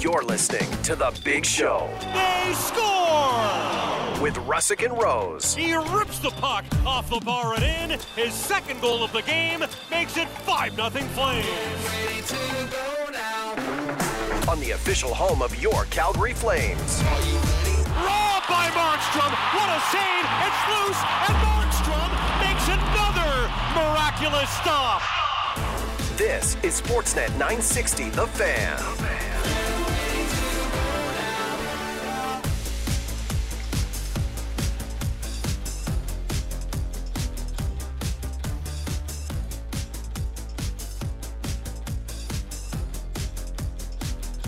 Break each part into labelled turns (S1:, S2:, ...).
S1: You're listening to The Big Show
S2: They score!
S1: with Russick and Rose.
S2: He rips the puck off the bar and in. His second goal of the game makes it 5 0 Flames.
S1: on the official home of your Calgary Flames.
S2: Robbed by Markstrom. What a save! It's loose, and Markstrom makes another miraculous stop.
S1: This is Sportsnet 960 The Fan.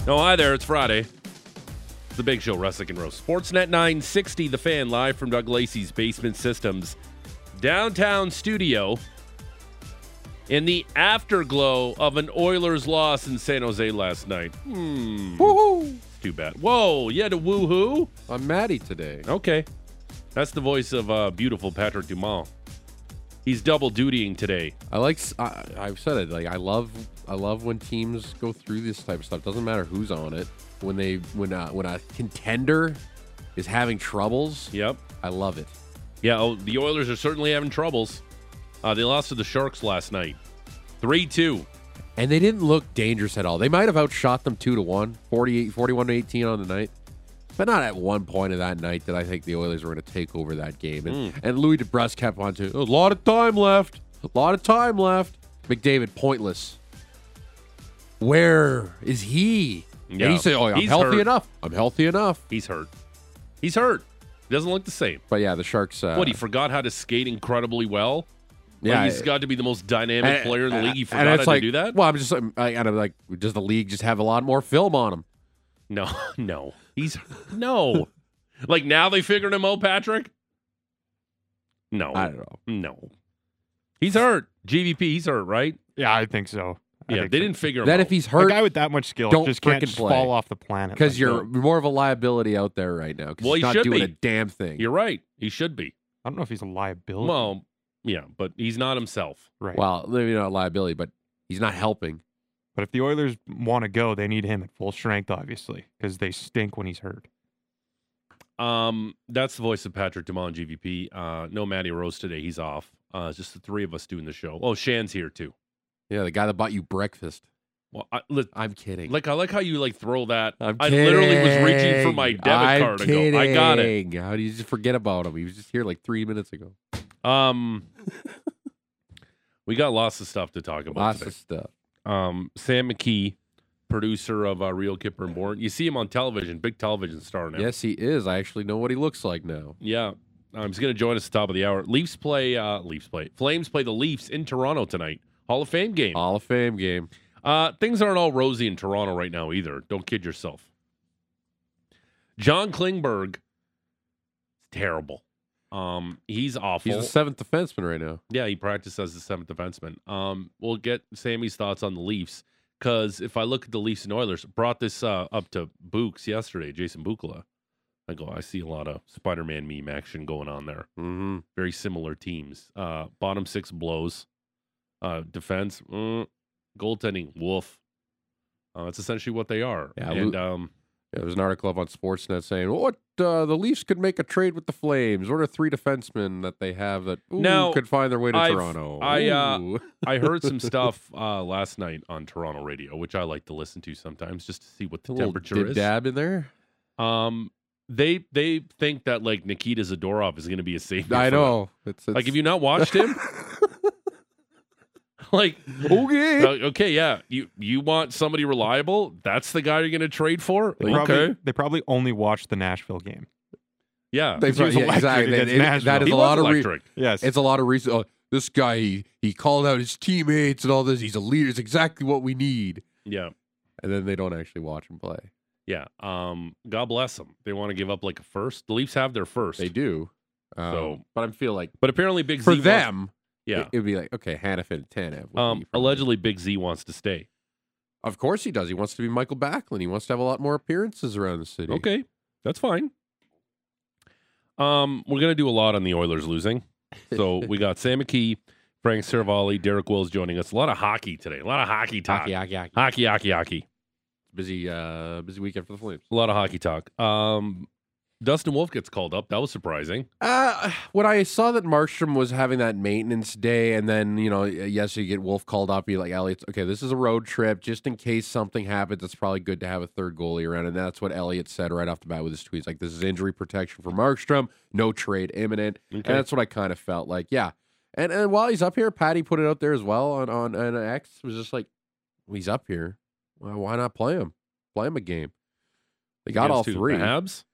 S3: No, hi there. It's Friday. The Big Show, Russick and Rose. Sportsnet 960, The Fan, live from Doug Lacey's Basement Systems downtown studio in the afterglow of an Oilers loss in San Jose last night. Hmm. It's Too bad. Whoa, you had a woohoo?
S4: I'm Maddie today.
S3: Okay. That's the voice of uh, beautiful Patrick Dumont. He's double dutying today.
S4: I like. s- I, have said it. Like I love. I love when teams go through this type of stuff. Doesn't matter who's on it. When they when a, when a contender is having troubles,
S3: Yep.
S4: I love it.
S3: Yeah, oh, the Oilers are certainly having troubles. Uh, they lost to the Sharks last night. 3 2.
S4: And they didn't look dangerous at all. They might have outshot them two to one, 48, 41 to eighteen on the night. But not at one point of that night did I think the Oilers were going to take over that game. And,
S3: Hmm.
S4: and Louis DeBrus kept on to a lot of time left, a lot of time left. McDavid pointless. Where is he?
S3: Yeah.
S4: And he said, "Oh, I'm
S3: He's
S4: healthy
S3: hurt.
S4: enough. I'm healthy enough."
S3: He's hurt. He's hurt. He doesn't look the same.
S4: But yeah, the Sharks. Uh,
S3: What, he forgot how to skate incredibly well? Yeah.
S4: Yeah,
S3: Like, he's
S4: I-
S3: got to be the most dynamic
S4: and-
S3: player in the
S4: and-
S3: league. He
S4: and
S3: forgot how
S4: it's
S3: to
S4: like,
S3: do that?
S4: Well, I'm just I'm, I, am just i am like, does the league just have a lot more film on him?
S3: No, no. He's no. like now they figured him out, Patrick? No.
S4: I don't know.
S3: No. He's hurt. GVP, he's hurt, right?
S5: Yeah, I think so. I
S3: yeah, they
S5: think so.
S3: didn't figure him
S4: Then
S3: out.
S4: if he's
S5: A
S4: hurt,
S5: guy with that much skill
S4: don't
S5: just can't
S4: frickin'
S5: just
S4: play.
S5: fall off the planet
S4: because
S5: like
S4: you're
S5: that.
S4: more of a liability out there right now. 'cause
S3: Well,
S4: he's
S3: he
S4: not
S3: should
S4: doing
S3: be.
S4: a damn thing.
S3: You're right. He should be.
S5: I don't know if he's a
S4: Oh.
S5: liability.
S3: Well, yeah, but he's not himself.
S5: right.
S4: Well, maybe not a liability, but he's not helping.
S5: but if the Oilers want to go, they need him at full strength, obviously, because they stink when he's hurt.
S3: Um, that's the voice of Patrick Demond, GVP. Uh, no Matty Rose today. He's off. Uh, it's just the three of us doing the show. Oh, Shan's here too.
S4: Yeah, the guy that bought you breakfast.
S3: Well, I, li-
S4: I'm kidding.
S3: like I like how you like throw that.
S4: I'm
S3: I literally was reaching for
S4: kidding.
S3: my debit
S4: I'm
S3: card and go, I got it.
S4: kidding. How do you just forget about him? He was just here like three minutes ago.
S3: Um, we got lots of stuff to talk about.
S4: Lots
S3: today.
S4: of stuff.
S3: um, Sam McKee, producer of uh, Real Kipper and Born. You see him on television, big television star now.
S4: Yes, he is. I actually know what he looks like now.
S3: Yeah. Um, he's going to join us at the top of the hour. Leafs play, uh, Leafs play, Flames play the Leafs in Toronto tonight. Hall of Fame game.
S4: Hall of Fame game.
S3: Uh, things aren't all rosy in Toronto right now either. Don't kid yourself. John Klingberg, terrible. Um, he's awful.
S4: He's the seventh defenseman right now.
S3: yeah, he practiced as the seventh defenseman. Um, we'll get Sammy's thoughts on the Leafs because if I look at the Leafs and Oilers, brought this uh, up to Books yesterday, Jason Bukala. I go, I see a lot of Spider-Man meme action going on there
S4: Mm-hmm.
S3: very similar teams. Uh, bottom six blows. Uh, defense, mm, goaltending, woof. Uh, that's essentially what they are.
S4: Yeah,
S3: and
S4: Lu-
S3: um,
S4: Yeah, there was an article up on Sportsnet saying what uh, the Leafs could make a trade with the Flames. What are three defensemen that they have that ooh,
S3: Now,
S4: could find their way to
S3: I've-
S4: Toronto?
S3: I, uh,
S4: Ooh.
S3: I heard some stuff uh, last night on Toronto radio, which I like to listen to sometimes just to see what
S4: a
S3: the
S4: little
S3: temperature is.
S4: dab in there.
S3: Um, they they think that like Nikita Zadorov is going to be a savior.
S4: I
S3: for them.
S4: know. It's, it's
S3: Like, have you not watched him? like,
S4: okay.
S3: uh, okay, yeah, you you want somebody reliable? That's the guy you're going to trade for.
S5: They,
S3: okay,
S5: probably, they probably only watched the Nashville game.
S3: yeah.
S4: They-
S5: He was
S4: yeah,
S5: electric
S4: exactly.
S5: against
S4: It- it-
S5: Nashville.
S4: that is
S3: He
S4: a
S3: was
S4: lot of re-
S3: electric.
S5: Yes.
S4: It's a lot of reason. Oh, this guy, he, he called out his teammates and all this. He's a leader. It's exactly what we need.
S3: Yeah,
S4: And then they don't actually watch him play.
S3: yeah. Um, God bless them. They want to give up like a first. The Leafs have their first.
S4: They do. Um,
S3: So-
S4: but I feel like
S3: But apparently, Big
S4: for
S3: Z wants-
S4: them,
S3: yeah.
S4: it would be like okay, Hannafin and Tanev. would
S3: Um,
S4: be probably-
S3: allegedly, Big Z wants to stay.
S4: of course he does. He wants to be Michael Backlund. He wants to have a lot more appearances around the city.
S3: Okay, that's fine. Um, we're gonna do a lot on the Oilers losing. So we got Sam McKee, Frank Cervalli, Derek Wills joining us. A lot of hockey today. A lot of hockey talk.
S4: Ah. Hockey, hockey, hockey.
S3: Hockey, hockey, hockey.
S4: busy, uh, busy weekend for the Flames.
S3: A lot of hockey talk. Um, Dustin Wolf gets called up. That was surprising.
S4: Uh, when I saw that Markstrom was having that maintenance day, and then you know, yes, you get Wolf called up. You're like, Elliot's okay. This is a road trip, just in case something happens. It's probably good to have a third goalie around, and that's what Elliot said right off the bat with his tweets. Like, this is injury protection for Markstrom. No trade imminent,
S3: Okay.
S4: and that's what I kind of felt like. Yeah, and and while he's up here, Patty put it out there as well on on, on X. It was just like, well, he's up here. Well, why not play him? Play him a game. They got
S3: Against
S4: all
S3: who? the
S4: three
S3: Habs.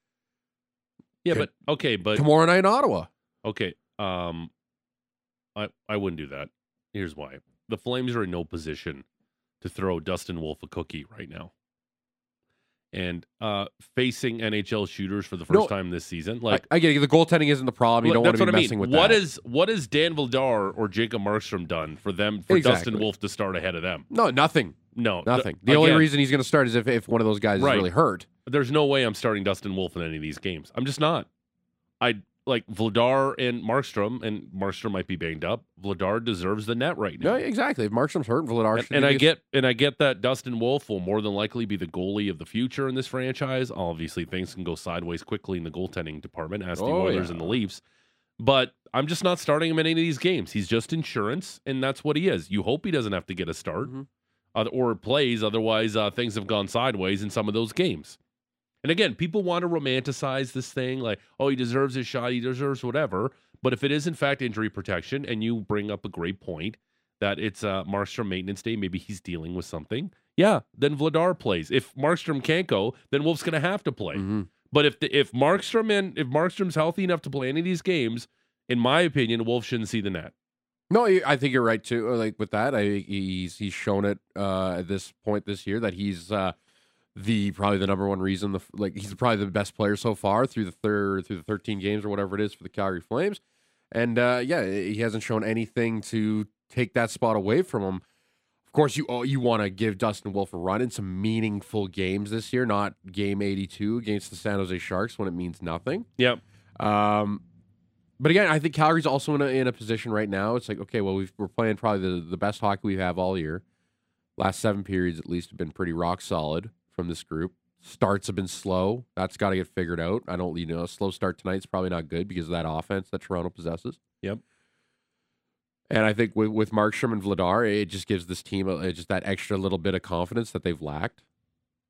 S3: Yeah,
S4: Could-
S3: but okay, but
S4: tomorrow night in Ottawa.
S3: Okay. Um I I wouldn't do that. Here's why. The Flames are in no position to throw Dustin Wolf a cookie right now. And uh facing NHL shooters for the first
S4: No,
S3: time this season, like
S4: I, I get it. The goaltending isn't the problem. You
S3: Look,
S4: don't want
S3: that's
S4: to be
S3: what I mean.
S4: messing with
S3: What
S4: that.
S3: is- what has Dan Vildar or Jacob Markstrom done for them for
S4: Exactly.
S3: Dustin Wolf to start ahead of them?
S4: no nothing,
S3: No, th-
S4: nothing. The only
S3: again,
S4: reason he's going to start is if, if one of those guys
S3: Right.
S4: is really hurt.
S3: there's no way I'm starting Dustin Wolf in any of these games. I'm just not. I like Vladar and Markstrom, and Markstrom might be banged up. Vladar deserves the net right now.
S4: No, exactly. If Markstrom's hurt, Vladar
S3: and,
S4: should
S3: and
S4: be
S3: I
S4: the-
S3: get and I get that Dustin Wolf will more than likely be the goalie of the future in this franchise. Obviously, things can go sideways quickly in the goaltending department, as the
S4: Oh,
S3: Oilers
S4: yeah.
S3: and the Leafs. But I'm just not starting him in any of these games. He's just insurance, and that's what he is. You hope he doesn't have to get a start
S4: Mhm.
S3: uh, or plays, otherwise uh, things have gone sideways in some of those games. And again, people want to romanticize this thing, like, oh, he deserves his shot, he deserves whatever. But if it is in fact injury protection, and you bring up a great point that it's uh, Markstrom maintenance day, maybe he's dealing with something. Yeah, then Vladar plays. If Markstrom can't go, then Wolf's going to have to play.
S4: Mhm.
S3: But if the, if Markstrom and if Markstrom's healthy enough to play any of these games, in my opinion, Wolf shouldn't see the net.
S4: No, you- I think you're right too. uh, Like with that, I he's he's shown it uh, at this point this year that he's uh, the probably the number one reason. The like he's probably the best player so far through the third through the 13 games or whatever it is for the Calgary Flames, and uh, yeah, he hasn't shown anything to take that spot away from him. Of course, you oh, you want to give Dustin Wolf a run in some meaningful games this year, not game 82 against the San Jose Sharks when it means nothing.
S3: Yep.
S4: Um, but again, I think Calgary's also in a, in a position right now. It's like, okay, well, we've, we're playing probably the, the best hockey we have all year. Last seven periods, at least, have been pretty rock solid from this group. Starts have been slow. That's got to get figured out. I don't, you know, a slow start tonight's probably not good because of that offense that Toronto possesses.
S3: Yep.
S4: And I think with, with Markstrom and Vladar, it just gives this team a, it just that extra little bit of confidence that they've lacked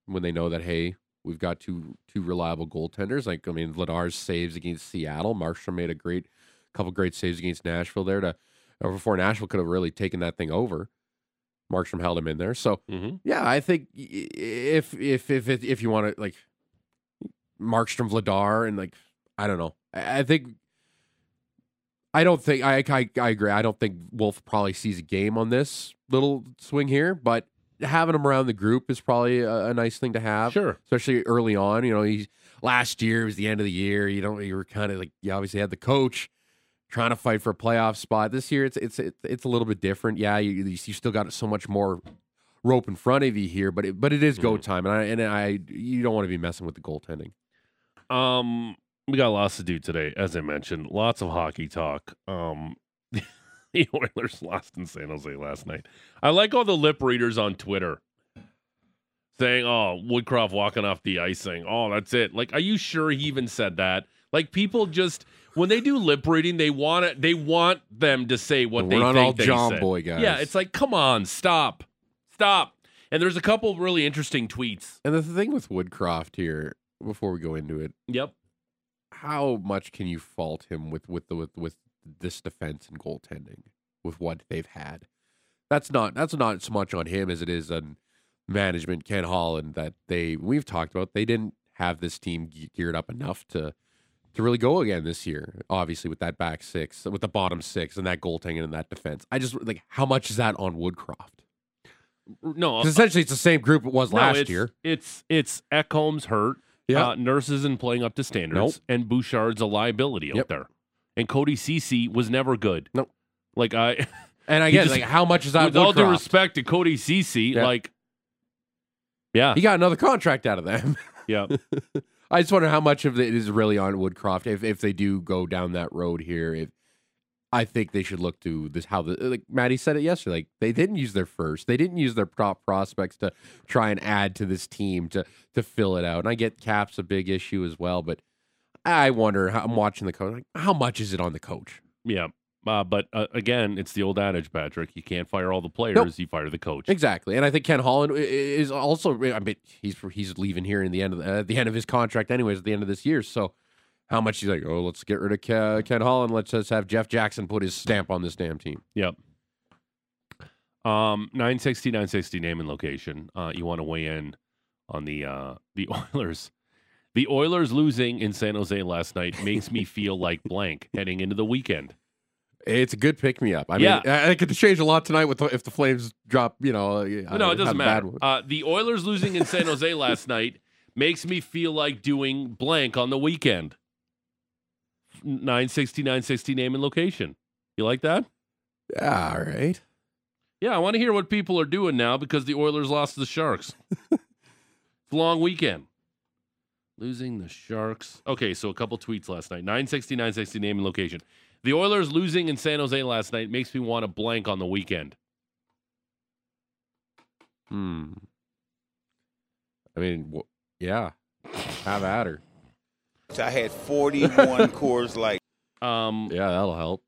S4: when they know that, hey, We've got two two reliable goaltenders. Like I mean, Ladar's saves against Seattle. Markstrom made a great couple great saves against Nashville there to or before Nashville could have really taken that thing over. Markstrom held him in there. So
S3: Mm-hmm.
S4: yeah, I think i- if if if if, if you want to like Markstrom, Vladar, and like I don't know, I, I think I don't think I, I I agree. I don't think Wolf probably sees a game on this little swing here, but having him around the group is probably a, a nice thing to have
S3: Sure.
S4: especially early on. You know, he's last year was the end of the year. You don't you were kind of like you obviously had the coach trying to fight for a playoff spot. This year it's it's it's, it's a little bit different. Yeah, you you you still got so much more rope in front of you here, but it, but it is go
S3: Mm-hmm.
S4: time, and I and I you don't want to be messing with the goaltending.
S3: Um, we got lots to do today, as I mentioned. Lots of hockey talk. Um, the Oilers lost in San Jose last night. I like all the lip readers on Twitter saying, "Oh, Woodcroft walking off the ice," saying, "Oh, that's it." Like, are you sure he even said that? Like, people just when they do lip reading, they want it. They want them to say what
S4: We're
S3: they
S4: not
S3: think
S4: all
S3: they
S4: John
S3: said.
S4: Boy guys.
S3: Yeah, it's like, come on, stop, stop. And there's a couple really interesting tweets.
S4: And the thing with Woodcroft here, before we go into it,
S3: Yep.
S4: how much can you fault him with with the with, with this defense and goaltending with what they've had? That's not that's not so much on him as it is on management Ken Holland that they we've talked about they didn't have this team ge- geared up enough to to really go again this year. Obviously with that back six, with the bottom six and that goaltending and that defense. I just like how much is that on Woodcroft?
S3: No,
S4: 'Cause essentially it's the same group it was
S3: Uh, No,
S4: last
S3: it's-
S4: year.
S3: It's it's Ekholm's hurt. Uh, nurse isn't playing up to standards, and Bouchard's a liability out
S4: Yep.
S3: there. And Cody Cece was never good.
S4: Nope.
S3: Like I,
S4: and I
S3: he
S4: guess
S3: just-
S4: like how much is that
S3: with all due
S4: Woodcroft?
S3: respect to Cody Cece,
S4: Yeah.
S3: like, yeah,
S4: He got another contract out of them.
S3: yeah,
S4: I just wonder how much of it is really on Woodcroft if if they do go down that road here. If I think they should look to this how the like Maddie said it yesterday. Like they didn't use their first, they didn't use their top prospects to try and add to this team to to fill it out. And I get cap's a big issue as well, but I wonder. How, I'm watching the coach. Like, how much is it on the coach?
S3: Yeah. Uh, but uh, again, it's the old adage, Patrick. You can't fire all the players. You fire the coach.
S4: Exactly, and I think Ken Holland i- i- is also. I mean, he's he's leaving here in the end of the, at the end of his contract, anyways, at the end of this year. So, how much he's like, oh, let's get rid of Ke- Ken Holland. Let's just have Jeff Jackson put his stamp on this damn team.
S3: Yep. Um, 960, 960 name and location. Uh, you want to weigh in on the uh, the Oilers. The Oilers losing in San Jose last night makes me feel like blank heading into the weekend.
S4: It's a good pick me up. I
S3: Yeah.
S4: mean, I, I could change a lot tonight with the, if the Flames drop. You know, uh,
S3: no, it
S4: have a
S3: doesn't
S4: bad
S3: matter.
S4: one.
S3: Uh, the Oilers losing in San Jose last night makes me feel like doing blank on the weekend. 960, 960 name and location. You like that?
S4: Yeah, all right.
S3: Yeah, I want to hear what people are doing now because the Oilers lost to the Sharks. it's a long weekend. Losing the Sharks. Okay, so a couple tweets last night. 960, 960 name and location. The Oilers losing in San Jose last night makes me want to blank on the weekend.
S4: Hmm. I mean, wh- yeah. Have at her.
S6: I had 41 cores like
S3: Um,
S4: Yeah, that'll help.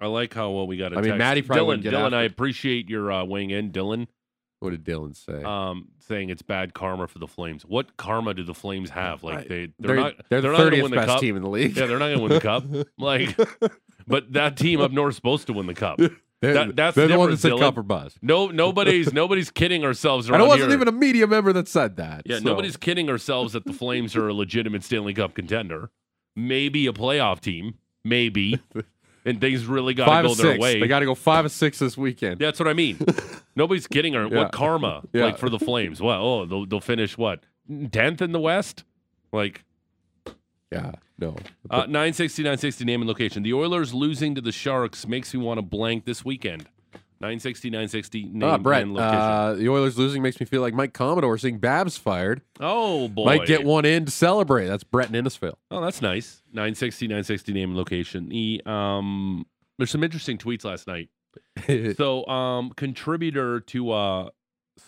S3: I like how well we got. A
S4: I mean,
S3: text.
S4: Matty probably
S3: Dylan.
S4: wouldn't get
S3: Dylan,
S4: after-
S3: I appreciate your uh, weighing in, Dylan.
S4: What did Dylan say?
S3: Um, saying it's bad karma for the Flames. What karma do the Flames have? Like
S4: Right.
S3: they, they're, not.
S4: They're the
S3: not gonna win
S4: thirtieth
S3: the
S4: best
S3: cup.
S4: team in the league.
S3: Yeah, they're not gonna win the cup. Like, but that team up north is supposed to win the cup.
S4: They're,
S3: That- that's
S4: they're
S3: the
S4: the one that
S3: difference,
S4: said
S3: Dylan.
S4: cup or bust.
S3: No, nobody's nobody's kidding ourselves.
S4: And
S3: Around
S4: I wasn't
S3: here.
S4: even a media member that said that.
S3: Yeah,
S4: so.
S3: nobody's kidding ourselves that the Flames are a legitimate Stanley Cup contender, maybe a playoff team, maybe, and things really got
S4: five
S3: to go
S4: or six.
S3: their way.
S4: They got to go five or six this weekend.
S3: That's what I mean. Nobody's kidding her.
S4: Yeah.
S3: What karma
S4: Yeah.
S3: like for the Flames? Well, oh, they'll, they'll finish what tenth in the West. Like
S4: Yeah, no.
S3: uh, 960, 960, name and location. The Oilers losing to the Sharks makes me want to blank this weekend. 960, 960, name
S4: Ah, Brett,
S3: and location.
S4: uh, the Oilers losing makes me feel like Mike Commodore seeing Babs fired.
S3: oh boy,
S4: Might get one in to celebrate. That's Brett and Innisfail.
S3: Oh, that's nice. 960, 960, name and location. The um, there's some interesting tweets last night. So um, contributor to uh,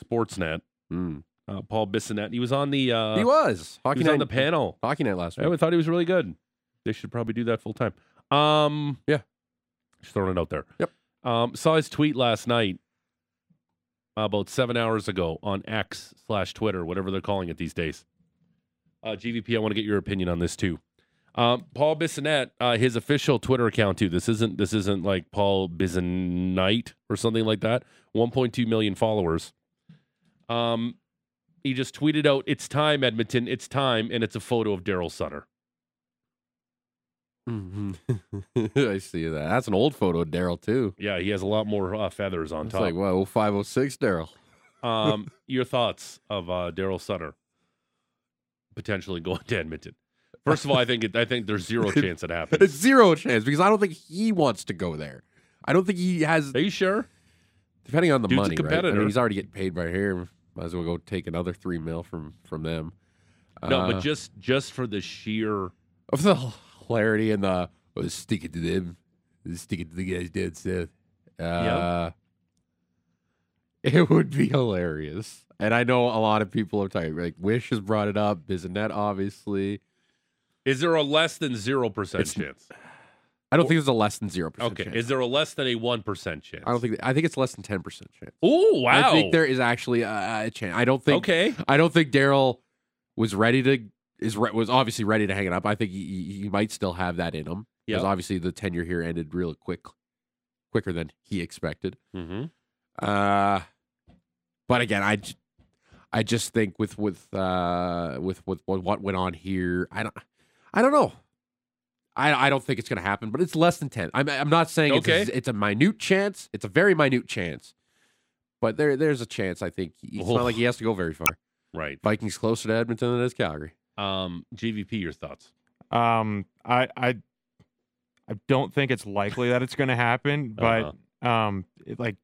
S3: Sportsnet,
S4: Mm.
S3: uh, Paul Bissonette. He was on the uh,
S4: he was.
S3: he
S4: Hockey
S3: was
S4: night
S3: on the panel.
S4: Hockey night last
S3: I
S4: week.
S3: would- thought he was really good. They should probably do that full time. Um,
S4: Yeah.
S3: just throwing it out there.
S4: Yep.
S3: Um, saw his tweet last night, about seven hours ago on X slash Twitter, whatever they're calling it these days. Uh, GVP, I want to get your opinion on this too. Um, Paul Bissonnette, uh, his official Twitter account too. This isn't this isn't like Paul Bissonnette or something like that. 1.2 million followers. Um, he just tweeted out, "It's time, Edmonton. It's time," and it's a photo of Daryl Sutter.
S4: Mhm. I see that. That's an old photo of Daryl, too.
S3: Yeah, he has a lot more uh, feathers on
S4: It's
S3: top.
S4: like, oh, whoa, 506 Daryl.
S3: um, your thoughts of uh, Daryl Sutter potentially going to Edmonton? First of all, I think it, I think there's zero chance it happens.
S4: Zero chance because I don't think he wants to go there. I don't think he has
S3: Are you sure?
S4: depending on the
S3: Dude's a
S4: money, right? I
S3: competitor.
S4: mean, he's already getting paid right here. Might as well go take another three mil from from them.
S3: No,
S4: Uh,
S3: but just just for the sheer
S4: of the hilarity and the oh, stick it to them, stick it to the guys dead south. Uh, It would be hilarious, and I know a lot of people are tired. Like Wish has brought it up, Bizanet obviously.
S3: Is there a less than 0%
S4: It's-
S3: chance?
S4: I don't think there's a less than zero percent.
S3: Okay.
S4: chance.
S3: Is there a less than a 1% chance?
S4: I don't think. I think it's less than ten percent chance.
S3: Oh, wow.
S4: I think there is actually a, a chance. I don't think.
S3: okay.
S4: I don't think Daryl was ready to is re- was obviously ready to hang it up. I think he, he- he might still have that in him
S3: Yeah.
S4: because obviously the tenure here ended real quick, quicker than he expected.
S3: Mm-hmm.
S4: Uh, but again, I, j- I just think with with uh with with with what went on here, I don't, I don't know. I, I don't think it's going to happen, but it's less than ten. I'm I'm not saying it's,
S3: Okay.
S4: a, it's a minute chance. It's a very minute chance, but there there's a chance. I think it's
S3: Oh.
S4: not like he has to go very far.
S3: Right.
S4: Vikings closer to Edmonton than it is Calgary.
S3: Um, GVP, your thoughts?
S5: Um, I I I don't think it's likely that it's going to happen, but um, it, like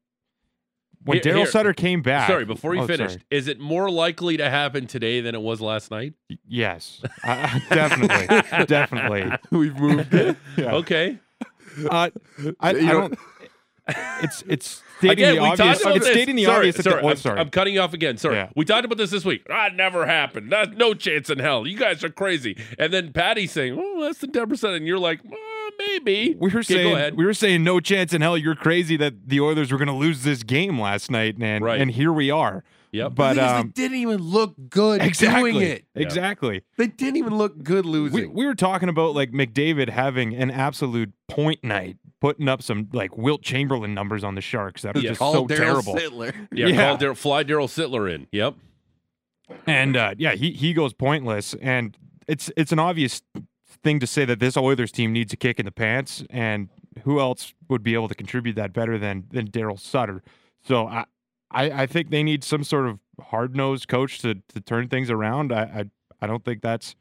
S5: when
S3: Uh-huh. Here- here-
S5: Daryl Sutter came back.
S3: Sorry, before you
S5: Oh,
S3: finish,
S5: sorry.
S3: is it more likely to happen today than it was last night?
S5: Y- Yes, I- I- definitely, definitely.
S4: We've moved it.
S5: Yeah.
S3: Okay.
S5: Uh, I, I
S4: You know-
S5: don't. It's it's stating
S3: Again,
S5: the
S3: we
S5: obvious.
S3: talked about
S5: It's
S3: this.
S5: stating the
S3: sorry,
S5: obvious. that the-
S3: Sorry,
S5: oh,
S3: I'm,
S5: sorry.
S3: I'm cutting you off again. Sorry,
S5: Yeah.
S3: we talked about this this week. That never happened. That, no chance in hell. You guys are crazy. And then Patty saying, "Oh, less than ten percent," and you're like, "Uh, "Maybe."
S5: we were
S3: Okay,
S5: saying
S3: go ahead.
S5: we were saying no chance in hell you're crazy that the Oilers were going to lose this game last night, man.
S3: Right.
S5: And here we are.
S3: Yep.
S5: But
S4: Because
S5: um,
S4: they didn't even look good
S5: exactly,
S4: doing it.
S5: exactly.
S4: They didn't even look good
S5: We,
S4: losing.
S5: we were talking about like McDavid having an absolute point night, putting up some like Wilt Chamberlain numbers on the Sharks that are
S3: Yeah.
S5: just
S4: Call
S5: so
S4: Daryl
S5: terrible.
S4: Sittler.
S3: yeah,
S5: yeah.
S3: Call Dar- fly Daryl Sitler in. Yep.
S5: And uh, yeah, he he goes pointless, and it's it's an obvious thing to say that this Oilers team needs a kick in the pants, and who else would be able to contribute that better than than Daryl Sutter? So I, I I think they need some sort of hard nosed coach to to turn things around. I I, I don't think that's.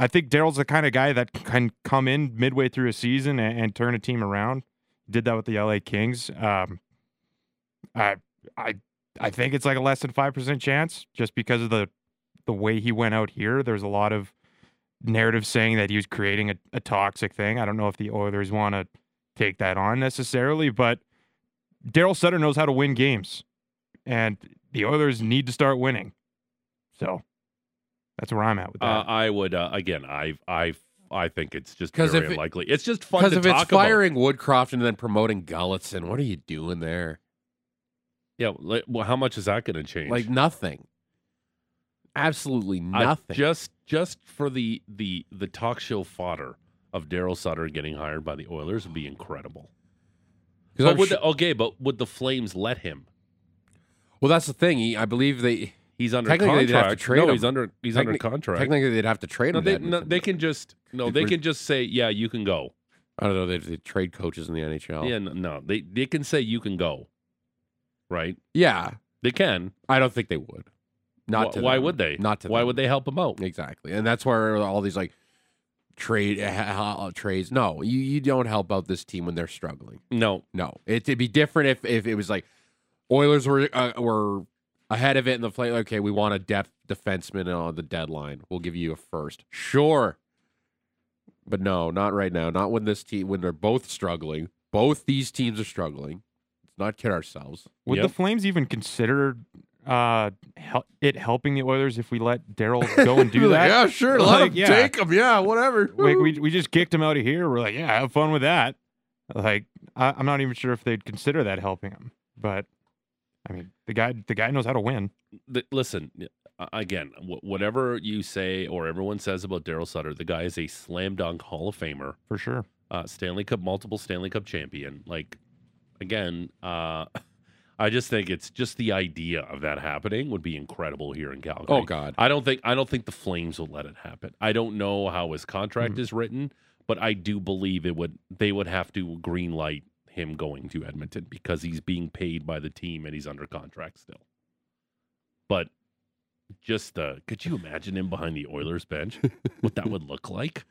S5: I think Daryl's the kind of guy that can come in midway through a season and, and turn a team around. Did that with the LA Kings. Um, I I I think it's like a less than five percent chance, just because of the the way he went out here. There's a lot of narrative saying that he was creating a, a toxic thing. I don't know if the Oilers want to take that on necessarily, but Daryl Sutter knows how to win games, and the Oilers need to start winning. So that's where I'm at with that.
S3: Uh, I would uh, again. I I I think it's just
S4: 'Cause
S3: very
S4: if it-
S3: unlikely. it's just fun
S4: Because
S3: to
S4: if
S3: talk
S4: it's firing Woodcroft and then promoting Gullitson, what are you doing there?
S3: about. Yeah. li- Well, how much is that going to change?
S4: Like nothing. Absolutely
S3: I-
S4: nothing.
S3: just just for the the the talk show fodder of Daryl Sutter getting hired by the Oilers would be incredible.
S4: 'Cause
S3: But
S4: I'm
S3: would
S4: su-
S3: the, okay, but would the Flames let him?
S4: well, that's the thing. He, I believe they
S3: He's under
S4: Technically,
S3: contract.
S4: they'd have to trade
S3: no,
S4: him.
S3: he's under he's under
S4: Technic-
S3: contract.
S4: technically they'd have to trade
S3: no,
S4: him.
S3: they,
S4: then.
S3: no, they can just no,
S4: If
S3: they
S4: we're-
S3: can just say yeah, you can go.
S4: I don't know. They, they trade coaches in the NHL.
S3: Yeah, no, no, they they can say you can go. Right?
S4: Yeah.
S3: They can.
S4: I don't think they would. Not
S3: Wh-
S4: to
S3: why
S4: them.
S3: would they?
S4: Not to
S3: why
S4: them.
S3: would they help him out?
S4: Exactly, and that's where all these like trade uh, trades. No, you you don't help out this team when they're struggling.
S3: No,
S4: No, it, it'd be different if if it was like Oilers were uh, were ahead of it in the play. Okay, we want a depth defenseman on the deadline. We'll give you a first, sure. But no, not right now. Not when this team when they're both struggling. Both these teams are struggling. Let's not kid ourselves.
S5: Would
S3: Yep.
S5: the Flames even consider uh, hel- it helping the Oilers if we let Daryl go and do
S4: Like,
S5: that?
S4: yeah, sure. Let
S5: Like,
S4: them
S5: yeah.
S4: take them. Yeah, whatever.
S5: like we we just kicked him out of here. We're like, yeah, have fun with that. Like, I, I'm not even sure if they'd consider that helping him, but I mean, the guy the guy knows how to win.
S3: th- listen uh, again wh- whatever you say or everyone says about daryl sutter the guy is a slam dunk hall of famer
S5: For sure.
S3: uh, stanley cup multiple stanley cup champion like again uh, i just think it's just the idea of that happening would be incredible here in calgary
S4: Oh God.
S3: i don't think i don't think the flames will let it happen i don't know how his contract
S4: Mm-hmm.
S3: is written but i do believe it would they would have to green light him going to edmonton because he's being paid by the team and he's under contract still but just the could you imagine him behind the Oilers bench? what that would look like?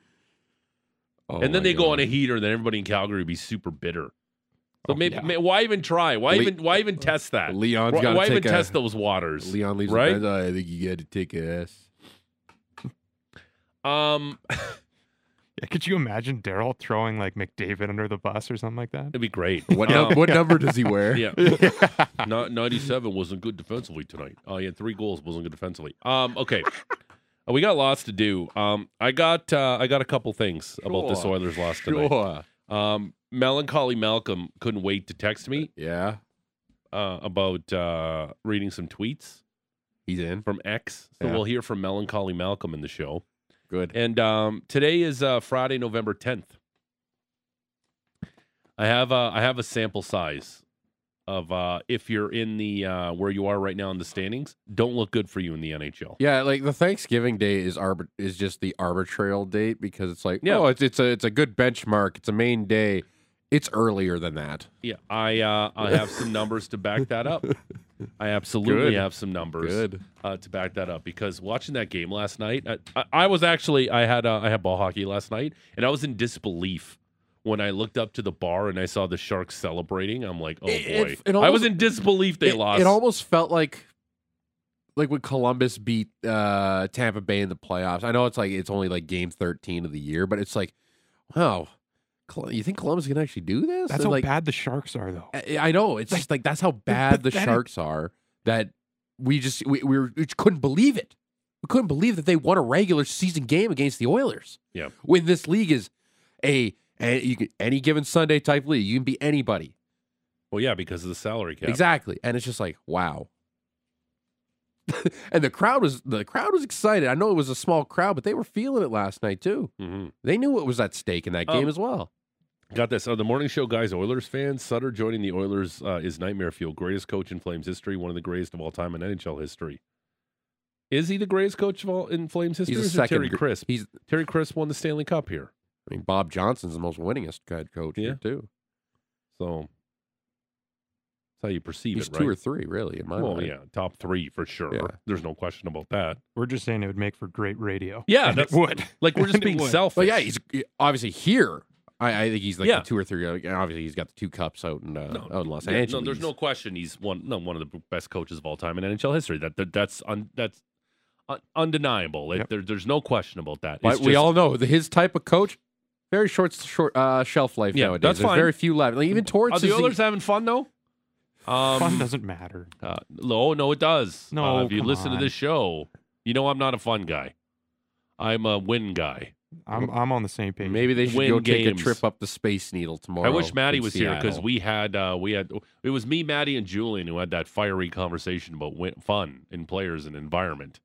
S4: Oh
S3: and then
S4: my
S3: they go on
S4: God.
S3: a heater, and then everybody in Calgary would be super bitter. So
S5: Oh,
S3: maybe,
S5: yeah.
S3: may- why even try? Why
S4: Le-
S3: even why even test that?
S4: Leon's
S3: why
S4: got
S3: why
S4: to
S3: even
S4: take a,
S3: test those waters?
S4: Leon leaves.
S3: Right?
S4: The bench. I think you got to take a S.
S3: Um,
S5: Yeah, could you imagine Daryl throwing like McDavid under the bus or something like that?
S3: it'd be great.
S4: What,
S3: Um,
S4: num- what number does he wear?
S3: yeah, Ni- ninety-seven wasn't good defensively tonight. Oh, he had three goals, wasn't good defensively. Um, okay, Uh, we got lots to do. Um, I got uh, I got a couple things about this
S4: Sure.
S3: Oilers loss tonight.
S4: Sure.
S3: Um, melancholy Malcolm couldn't wait to text me
S4: Yeah.
S3: uh, about uh, reading some tweets
S4: He's in.
S3: from X. So
S4: Yeah.
S3: we'll hear from Melancholy Malcolm in the show.
S4: Good.
S3: And um, today is uh, Friday, November tenth. I have uh, I have a sample size of uh, if you're in the uh, where you are right now in the standings, don't look good for you in the NHL.
S4: Yeah, like the Thanksgiving day is arbit- is just the arbitral date because it's like,
S3: Yeah.
S4: no, it's it's a it's a good benchmark. It's a main day. It's earlier than that.
S3: Yeah, I uh, I have some numbers to back that up. I absolutely
S4: Good.
S3: have some numbers. uh, to back that up because watching that game last night, I, I, I was actually I had uh, I had ball hockey last night, and I was in disbelief when I looked up to the bar and I saw the Sharks celebrating. I'm like, oh boy,
S4: It- it- it
S3: I was
S4: almost-
S3: in disbelief they
S4: it,
S3: lost.
S4: It almost felt like like when Columbus beat uh, Tampa Bay in the playoffs. I know it's like it's only like game thirteen of the year, but it's like, wow, Col- you think Columbus can actually do this?
S5: That's
S4: And,
S5: how
S4: like,
S5: bad the Sharks are, though.
S4: I I know. It's just like that's how bad the
S5: pathetic.
S4: Sharks are that we just we we, were, we just couldn't believe it. We couldn't believe that they won a regular season game against the Oilers.
S3: Yeah.
S4: When this league is a, a you can, any given Sunday type league, you can be anybody.
S3: Well, yeah, because of the salary cap.
S4: Exactly. And it's just like, wow. and the crowd was the crowd was excited. I know it was a small crowd, but they were feeling it last night too.
S3: Mhm.
S4: They knew what was at stake in that
S3: Um,
S4: game as well.
S3: Got this. Oh, the morning show guys, Oilers fans. Sutter joining the Oilers uh, is nightmare fuel. Greatest coach in Flames history. One of the greatest of all time in NHL history. Is he the greatest coach of all in Flames history?
S4: He's
S3: or
S4: a
S3: is it
S4: second.
S3: Terry
S4: gr-
S3: Crisp.
S4: He's
S3: Terry Crisp won the Stanley Cup here.
S4: I mean Bob Johnson's the most winningest head coach
S3: Yeah.
S4: here too.
S3: So that's how you perceive
S4: He's
S3: it, right?
S4: two or three, really, in my
S3: well,
S4: mind.
S3: yeah, top three for sure.
S4: Yeah.
S3: There's no question about that.
S5: We're just saying it would make for great radio.
S3: Yeah,
S5: And it
S3: that's-
S5: would.
S3: Like we're just
S5: And it
S3: being
S5: would.
S3: selfish.
S4: Well, yeah, he's obviously here. I, I think he's like
S3: Yeah.
S4: the two or three. like, Obviously, he's got the two cups out in, uh, out in Los
S3: yeah, No,
S4: Angeles.
S3: there's no question. He's one, no, one of the best coaches of all time in NHL history. That, that that's un, that's un, undeniable. It-
S5: Yep.
S3: there, there's no question about that.
S4: But
S3: It's
S4: we
S3: just-
S4: all know that his type of coach, very short short uh, shelf life
S3: Yeah,
S4: nowadays.
S3: that's
S4: There's
S3: fine.
S4: very few left. Like, even Torts
S3: are the
S4: is the-
S3: Oilers having fun though.
S5: Fun
S3: Um,
S5: doesn't matter.
S3: uh, oh no, it does.
S5: No,
S3: Uh, if you
S5: come
S3: listen
S5: on.
S3: to this show, you know I'm not a fun guy. I'm a win guy.
S5: I'm I'm on the same page.
S4: e, Maybe they should
S3: win
S4: go take a
S3: games.
S4: trip up the Space Needle tomorrow.
S3: I wish Maddie
S4: in
S3: was here because
S4: Seattle.
S3: we had uh, we had it was me, Maddie, and Julian who had that fiery conversation about win, fun in players and environment.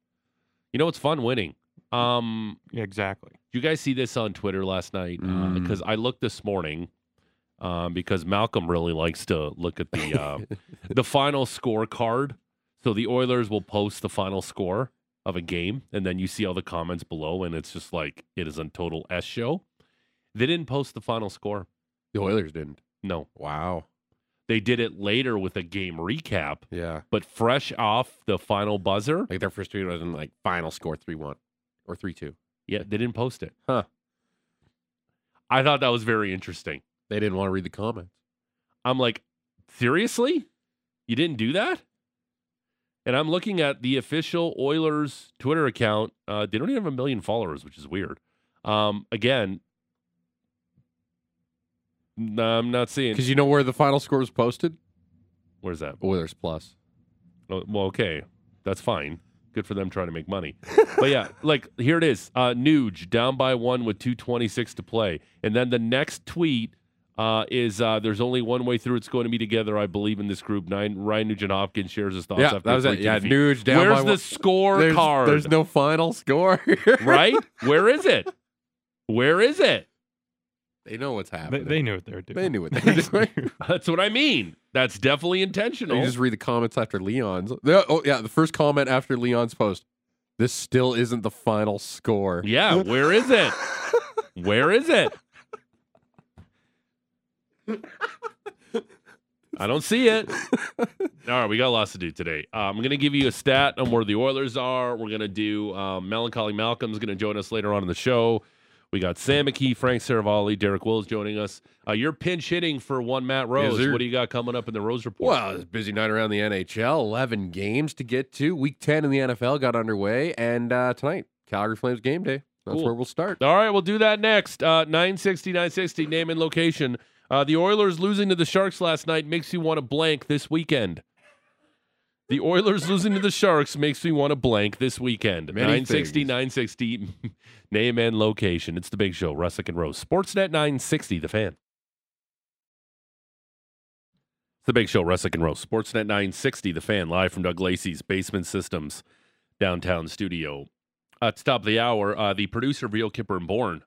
S3: You know, it's fun winning. Um,
S5: Yeah, exactly.
S3: you guys see this on Twitter last night
S4: Mm.
S3: because I looked this morning um, because Malcolm really likes to look at the uh, the final scorecard. So the Oilers will post the final score of a game, and then you see all the comments below, and it's just like it is a total s show. They didn't post the final score.
S4: the Oilers didn't.
S3: No,
S4: Wow.
S3: they did it later with a game recap,
S4: Yeah.
S3: but fresh off the final buzzer,
S4: Like their first three was in like final score three one or three two.
S3: yeah, they didn't post it.
S4: Huh.
S3: I thought that was very interesting.
S4: They didn't want to read the comments.
S3: I'm like, seriously? You didn't do that? And I'm looking at the official Oilers Twitter account. Uh, they don't even have a million followers, which is weird. Um, again, n- I'm not seeing.
S4: Because you know where the final score was posted?
S3: Where's that?
S4: Oilers plus.
S3: Oh, Well, okay, that's fine. Good for them trying to make money. but yeah, like here it is. Uh, Nuge down by one with 226 to play, and then the next tweet uh, is uh, there's only one way through. It's going to be together. I believe in this group. Nine Ryan Nugent Hopkins shares his thoughts.
S4: yeah,
S3: after
S4: that was
S3: a
S4: it.
S3: free
S4: Yeah,
S3: kick.
S4: Nuge down
S3: Where's
S4: by
S3: the
S4: one.
S3: scorecard?
S4: There's, there's no final score.
S3: right. Where is it? Where is it?
S4: They know what's
S5: They,
S4: happening.
S5: they knew what they were doing.
S4: They knew what they were doing.
S3: That's what I mean. That's definitely intentional.
S4: You just read the comments after Leon's. The- oh yeah, the first comment after Leon's post. This still isn't the final score.
S3: Yeah, where is it? Where is it? I don't see it. All right, we got lots to do today. Uh, I'm going to give you a stat on where the Oilers are. We're going to do um, Melancholy Malcolm's going to join us later on in the show. We got Sam McKee, Frank Saravalli, Derek Wills joining us. Uh, you're pinch hitting for one Matt Rose.
S4: sir.
S3: what do you got coming up in the Rose Report?
S4: Well, it's a busy night around the NHL. 11 games to get to. Week 10 in the NFL got underway. And uh, tonight, Calgary Flames game day. That's
S3: Cool.
S4: where we'll start.
S3: All right, we'll do that next. Uh, 960, 960, name and location. Uh, the Oilers losing to the Sharks last night makes you want to blank this weekend. The Oilers losing to the Sharks makes me want to blank this weekend.
S4: Many
S3: 960,
S4: things.
S3: 960, name and location. It's the big show, Russick and Rose. Sportsnet 960, the fan. It's the big show, Russick and Rose. Sportsnet 960, the fan, live from Doug Lacey's Basement Systems downtown studio. At the top of the hour, uh, the producer of Real Kipper and Bourne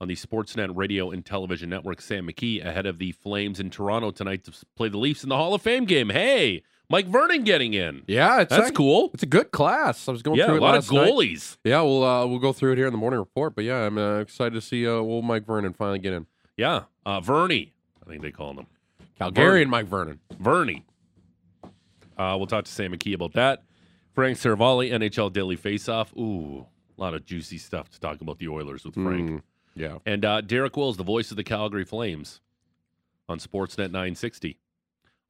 S3: on the Sportsnet Radio and Television Network, Sam McKee, ahead of the Flames in Toronto tonight to s- play the Leafs in the Hall of Fame game. Hey, Mike Vernon getting in.
S4: Yeah, it's
S3: That's
S4: act-
S3: cool.
S4: It's a good class. I was going
S3: Yeah,
S4: through
S3: a
S4: it
S3: lot of
S4: last night.
S3: goalies.
S4: Yeah, we'll uh, we'll go through it here in the morning report. But yeah, I'm uh, excited to see uh, old Mike Vernon finally get in.
S3: Yeah, uh, Vernie, I think they call him.
S4: Calgarian Mike Vernon.
S3: Vernie. Uh, we'll talk to Sam McKee about that. Frank Cervalli, NHL Daily Faceoff. Ooh, a lot of juicy stuff to talk about the Oilers with Frank.
S4: Mm, yeah.
S3: And uh, Derek Wills, the voice of the Calgary Flames on Sportsnet 960.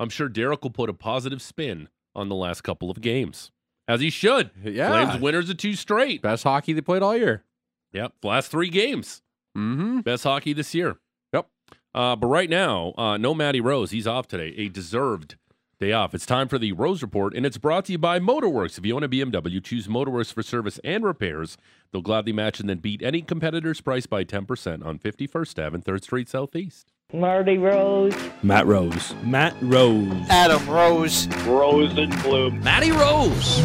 S3: I'm sure Derek will put a positive spin on the last couple of games, as he should.
S4: Yeah.
S3: Flames winners of two straight.
S4: Best hockey they played all year.
S3: Yep. Last three games.
S4: Mm hmm.
S3: Best hockey this year. Uh, but right now, uh, no Matty Rose. He's off today. A deserved day off. It's time for the Rose Report, and it's brought to you by Motorworks. If you own a BMW, choose Motorworks for service and repairs. They'll gladly match and then beat any competitor's price by 10% on 51st Ave and 3rd Street Southeast.
S7: Marty Rose.
S8: Matt Rose. Matt Rose.
S9: Adam Rose.
S8: Matty Rose.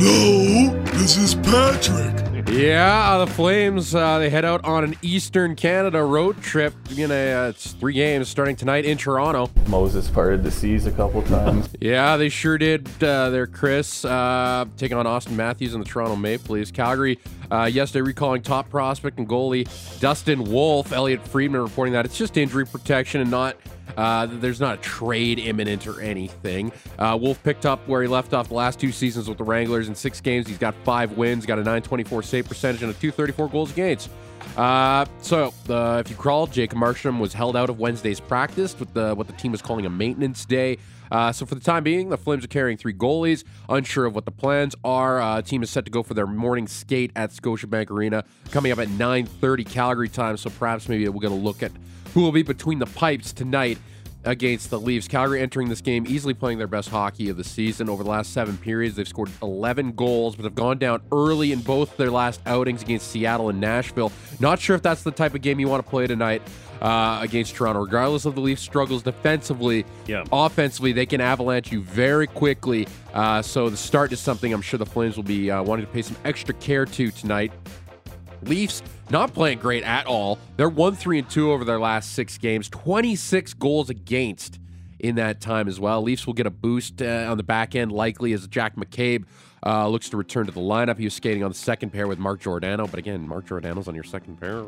S4: Yeah, uh, the Flames, uh, they head out on an Eastern Canada road trip. You know, uh, it's three games starting tonight in Toronto.
S10: Moses parted the seas a couple times.
S4: Yeah, they sure did. Uh, there, Chris uh, taking on Austin Matthews and the Toronto Maple Leafs. Calgary uh, yesterday recalling top prospect and goalie Dustin Wolf. Elliot Friedman reporting that it's just injury protection and not uh, there's not a trade imminent or anything. Uh, Wolf picked up where he left off the last two seasons with the Wranglers in six games. He's got five wins, got a 924 save percentage, and a 234 goals against. Uh, so, uh, if you crawled, Jake Marsham was held out of Wednesday's practice with the, what the team is calling a maintenance day. Uh, so, for the time being, the Flames are carrying three goalies, unsure of what the plans are. Uh, team is set to go for their morning skate at Scotiabank Arena coming up at 9.30 Calgary time. So, perhaps maybe we're going to look at who will be between the pipes tonight against the Leafs. Calgary entering this game easily playing their best hockey of the season. Over the last seven periods, they've scored 11 goals, but have gone down early in both their last outings against Seattle and Nashville. Not sure if that's the type of game you want to play tonight uh, against Toronto. Regardless of the Leafs' struggles defensively,
S3: Yeah.
S4: offensively, they can avalanche you very quickly. Uh, so the start is something I'm sure the Flames will be uh, wanting to pay some extra care to tonight. Leafs not playing great at all. They're 1 3 and 2 over their last six games, 26 goals against in that time as well. Leafs will get a boost uh, on the back end, likely as Jack McCabe uh, looks to return to the lineup. He was skating on the second pair with Mark Giordano, but again, Mark Giordano's on your second pair.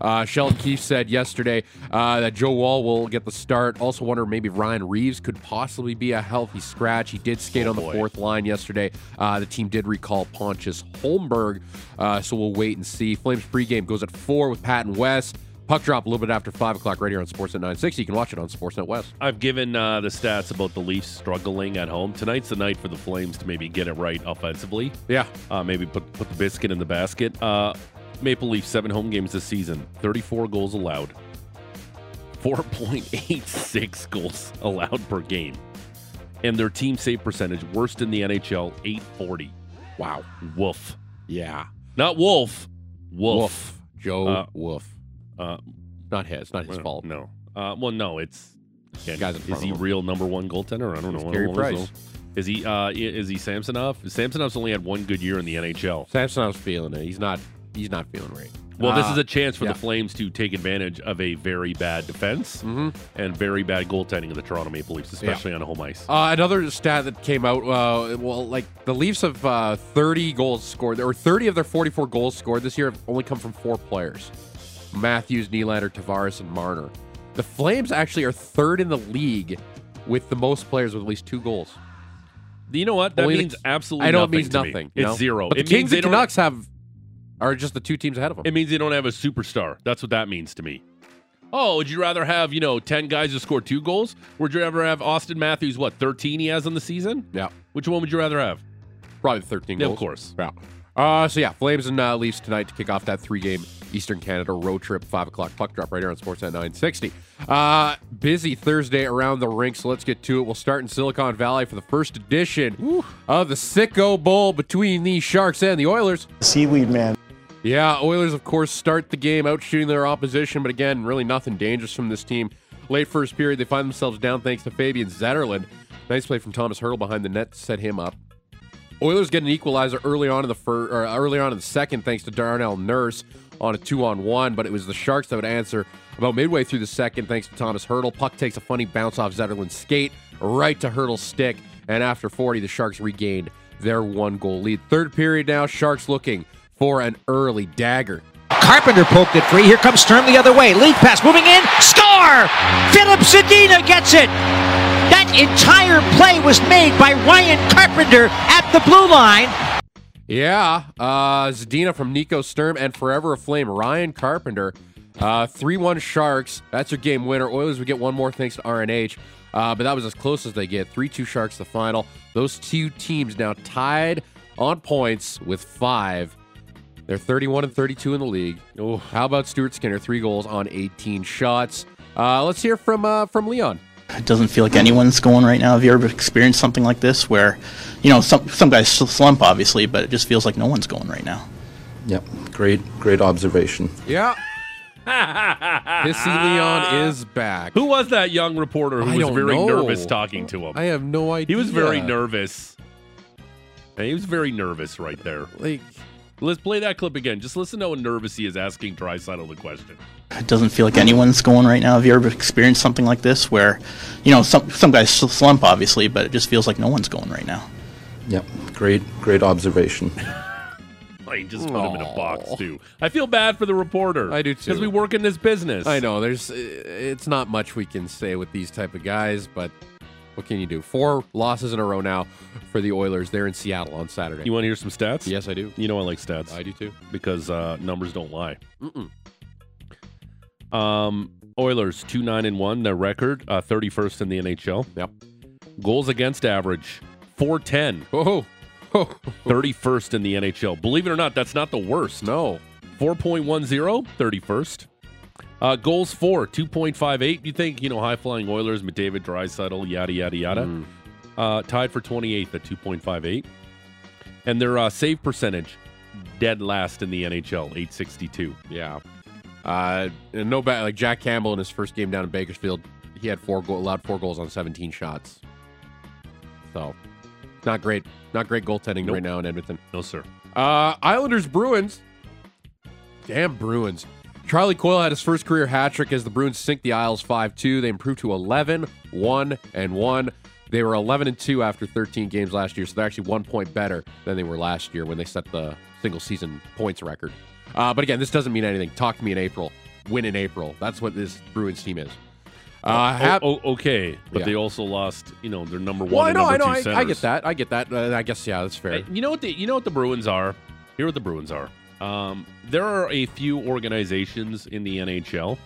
S4: Uh, Sheldon Keefe said yesterday uh, that Joe Wall will get the start. Also, wonder maybe Ryan Reeves could possibly be a healthy scratch. He did skate on the
S3: Oh, boy.
S4: fourth fourth line yesterday. Uh, the team did recall Pontius Holmberg, uh, so we'll wait and see. Flames pregame goes at four with Patton West. Puck drop a little bit after five o'clock right here on Sportsnet 960. You can watch it on Sportsnet West.
S3: I've given uh, the stats about the Leafs struggling at home. Tonight's the night for the Flames to maybe get it right offensively.
S4: Yeah,
S3: Uh, maybe put, put the biscuit in the basket. Uh, Maple Leafs, seven home games this season, 34 goals allowed, 4.86 goals allowed per game. And their team save percentage, worst in the NHL, 840.
S4: wow,
S3: Woof.
S4: yeah,
S3: Not Wolf. Woof.
S4: woof, Joe
S3: Uh,
S4: Woof.
S3: Uh,
S4: Not his, not his
S3: well,
S4: fault.
S3: No. Uh, well, no, it's. Again,
S4: Guys in front
S3: is
S4: of
S3: he
S4: him.
S3: real number one goaltender? I don't know. I don't
S4: Gary
S3: know.
S4: Price.
S3: Is he uh, i- is he Samsonov? Samsonov's only had one good year in the NHL.
S4: Samsonov's feeling it. He's not. He's not feeling right.
S3: Well, this
S4: Ah,
S3: is a chance for
S4: yeah.
S3: the Flames to take advantage of a very bad defense
S4: Mhm.
S3: and very bad goaltending of the Toronto Maple Leafs, especially on home ice.
S4: Uh, another stat that came out, uh, well, like the Leafs have uh, 30 goals scored, or 30 of their 44 goals scored this year have only come from four players Matthews, Nylander, Tavares, and Marner. The Flames actually are third in the league with the most players with at least two goals.
S3: You know what? That
S4: Only the-
S3: means absolutely.
S4: I know it
S3: nothing
S4: means
S3: to me.
S4: nothing. you
S3: It's
S4: know?
S3: zero.
S4: But the
S3: it means
S4: Kings
S3: they
S4: and
S3: don't.
S4: Canucks have are just the two teams ahead of them.
S3: It means they don't have a superstar. That's what that means to me. Oh, would you rather have you know ten guys who score two goals? Would you rather have Austin Matthews? What thirteen he has on the season?
S4: yeah,
S3: Which one would you rather have?
S4: probably 13
S3: Yeah,
S4: goals.
S3: of course.
S4: Yeah. Uh, so yeah, Flames and uh, Leafs tonight to kick off that three-game Eastern Canada road trip. Five o'clock puck drop right here on Sportsnet 960. Uh, busy Thursday around the rink, so let's get to it. We'll start in Silicon Valley for the first edition of the Sicko Bowl between the Sharks and the Oilers.
S9: Seaweed man.
S4: Yeah, Oilers, of course, start the game out shooting their opposition, but again, really nothing dangerous from this team. Late first period, they find themselves down thanks to Fabian Zetterlund. Nice play from Thomas Hurdle behind the net to set him up. Oilers get an equalizer early on in the fir- or early on in the second, thanks to Darnell Nurse on a two-on-one. But it was the Sharks that would answer about midway through the second, thanks to Thomas Hurdle. Puck takes a funny bounce off Zetterlund's skate, right to Hurdle's stick, and after 40, the Sharks regained their one-goal lead. Third period now, Sharks looking for an early dagger.
S9: Carpenter poked it free. Here comes Stern the other way. Lead pass moving in. Score! Philip Zadina gets it. That entire play was made by Ryan Carpenter at the blue line.
S4: Yeah, uh, Zadina from Nico Sturm and Forever Aflame, Ryan Carpenter. Uh, 3-1 Sharks. That's your game winner. Oilers would get one more thanks to RNH, uh, but that was as close as they get. 3-2 Sharks the final. Those two teams now tied on points with five. They're 31 and 32 in the league. How about Stuart Skinner? Three goals on 18 shots. Uh, let's hear from uh, from Leon.
S7: It doesn't feel like anyone's going right now. Have you ever experienced something like this where, you know, some some guys sl- slump obviously, but it just feels like no one's going right now.
S11: Yep. Great, great observation.
S4: Yeah. Hissy Leon is back.
S3: Who was that young reporter who
S4: I
S3: was
S4: don't
S3: very
S4: know.
S3: nervous talking to him?
S4: I have no idea.
S3: He was very nervous. Yeah, He was very nervous right there.
S4: Like,
S3: let's play that clip again. Just listen to how nervous he is asking Drysaddle the question.
S7: It doesn't feel like anyone's going right now. Have you ever experienced something like this where, you know, some some guys sl- slump obviously, but it just feels like no one's going right now.
S11: Yep. Great, great observation.
S3: I just put him in a box too. I feel bad for the reporter.
S4: I do too.
S3: Because we work in this business.
S4: I know there's uh, it's not much we can say with these type of guys, but what can you do? Four losses in a row now for the Oilers. They're in Seattle on Saturday.
S3: You want to hear some stats?
S4: Yes, I do.
S3: You know I like stats.
S4: I do too.
S3: Because uh, numbers don't lie.
S4: Mm-mm.
S3: Um, Oilers two nine and one. Their record uh, thirty first in the NHL.
S4: Yep.
S3: Goals against average four ten.
S4: Oh,
S3: thirty first in the NHL. Believe it or not, that's not the worst.
S4: No,
S3: 4.10, 31st. Uh, goals for 2.58. You think you know high flying Oilers, McDavid, Drysaddle, yada yada yada.
S4: Mm.
S3: Uh, tied for 28th at 2.58, and their uh, save percentage dead last in the NHL, 862.
S4: Yeah. Uh, and no bad. Like Jack Campbell in his first game down in Bakersfield, he had four goal, allowed four goals on 17 shots. So, not great. Not great goaltending
S3: Nope.
S4: right now in Edmonton.
S3: No sir.
S4: Uh, Islanders Bruins. Damn Bruins. Charlie Coyle had his first career hat trick as the Bruins sink the Isles 5 2. They improved to 11 1 and 1. They were 11 and 2 after 13 games last year, so they're actually one point better than they were last year when they set the single season points record. Uh, but again, this doesn't mean anything. Talk to me in April. Win in April. That's what this Bruins team is. Uh, hap-
S3: Oh, oh, okay, but
S4: Yeah.
S3: they also lost. You know their number one.
S4: well, I
S3: and
S4: know, I
S3: number
S4: know.
S3: two
S4: I, I get
S3: centers.
S4: that. I get that. Uh, I guess, yeah, that's fair.
S3: Hey, You know what the you know what the Bruins are. Here what the Bruins are. Um, there are a few organizations in the NHL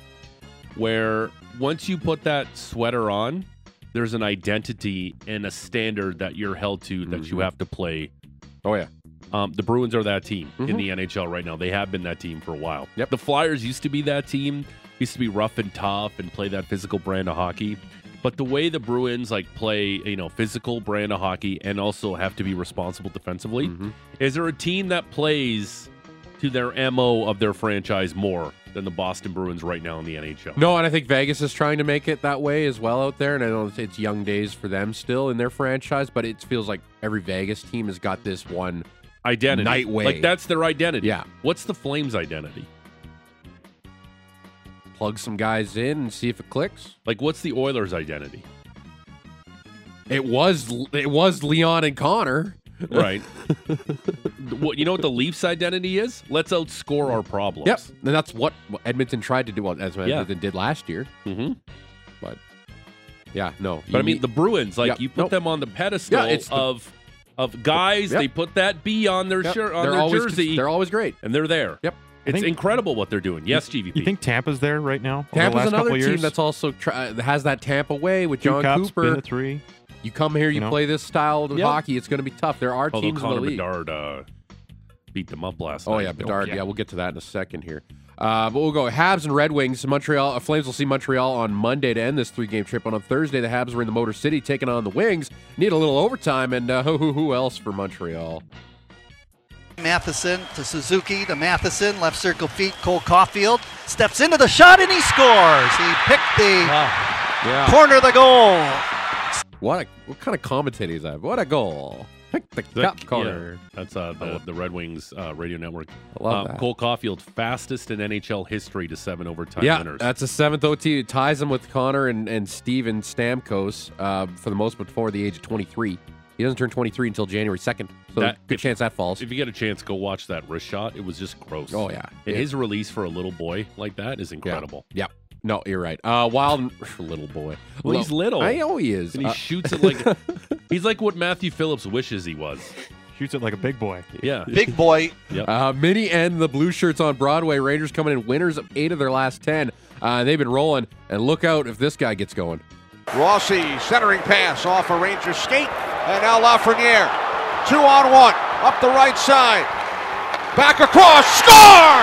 S3: where once you put that sweater on, there's an identity and a standard that you're held to that
S4: Mm-hmm.
S3: you have to play.
S4: oh, yeah.
S3: Um, the Bruins are that team in
S4: Mhm.
S3: the NHL right now. They have been that team for a while.
S4: Yep.
S3: The Flyers used to be that team. Used to be rough and tough and play that physical brand of hockey. But the way the Bruins like play, you know, physical brand of hockey and also have to be responsible defensively,
S4: Mhm.
S3: is there a team that plays to their MO of their franchise more than the Boston Bruins right now in the NHL?
S4: No, and I think Vegas is trying to make it that way as well out there. And I know it's- it's young days for them still in their franchise, but it feels like every Vegas team has got this one.
S3: Identity.
S4: Nightwave.
S3: Like that's their identity.
S4: Yeah.
S3: What's the Flames identity?
S4: Plug some guys in and see if it clicks.
S3: Like what's the Oilers identity?
S4: It was it was Leon and Connor.
S3: Right. what you know what the Leafs' identity is? Let's outscore our problems.
S4: Yep, and that's what Edmonton tried to do. Well, that's what
S3: Yeah.
S4: Edmonton did last year.
S3: hmm
S4: But yeah, no.
S3: But I mean the Bruins, like
S4: Yep.
S3: you put
S4: Nope.
S3: them on the pedestal
S4: Yeah, it's the-
S3: of of guys.
S4: Yep.
S3: They put that B on their
S4: Yep,
S3: shirt on
S4: they're
S3: their
S4: always
S3: jersey,
S4: they're always great.
S3: and they're there.
S4: Yep.
S3: It's
S5: think-
S3: incredible what they're doing. Yes, GVP.
S5: You think Tampa's there right now? over the
S4: Tampa's
S5: last couple
S4: another
S5: of
S4: team
S5: years?
S4: that's also try, has that Tampa way with
S5: Two
S4: John
S5: cups, been
S4: Cooper.
S5: to three.
S4: You come here, you,
S5: you know?
S4: play this style of
S3: Yeah.
S4: hockey. It's going to be tough. There are
S3: Although
S4: teams in the
S3: Connor
S4: league.
S3: Bedard uh, beat them up last
S4: Oh
S3: night.
S4: yeah, Bedard. Yeah, we'll get to that in a second here. Uh, but we'll go Habs and Red Wings. Montreal uh, Flames will see Montreal on Monday to end this three-game trip. And on Thursday, the Habs were in the Motor City taking on the Wings. Need a little overtime, and uh, who, who else for Montreal?
S12: Matheson to Suzuki to Matheson, left circle feet. Cole Caulfield steps into the shot and he scores. He picked the
S3: Ah.
S12: corner of the goal.
S4: What a, what kind of commentating is that? What a goal! Pick the
S3: That-
S4: cup
S3: yeah,
S4: corner.
S3: that's uh, the,
S4: love-
S3: the Red Wings uh, radio network. Uh,
S4: I love that.
S3: Cole Caulfield, fastest in NHL history to seven overtime
S4: yeah,
S3: winners.
S4: that's a seventh OT. It ties him with Connor and, and Steven Stamkos uh, for the most before the age of 23. He doesn't turn 23 until January 2nd, so
S3: That-
S4: good
S3: if-
S4: chance that falls.
S3: If you get a chance, go watch that wrist shot. It was just gross.
S4: oh, yeah.
S3: And
S4: Yeah.
S3: His release for a little boy like that is incredible.
S4: Yeah. No, you're right. Uh, wild little boy.
S3: Well, he's little.
S4: I know he is.
S3: And he
S4: Uh,
S3: shoots it like he's like what Matthew Phillips wishes he was.
S5: Shoots it like a big boy.
S3: Yeah.
S12: Big boy.
S4: uh, Mini and the blue shirts on Broadway. Rangers coming in winners of eight of their last ten. Uh, they've been rolling, and look out if this guy gets going.
S13: Rossi centering pass off a Ranger skate, and now Lafreniere. Two on one, up the right side, back across, score!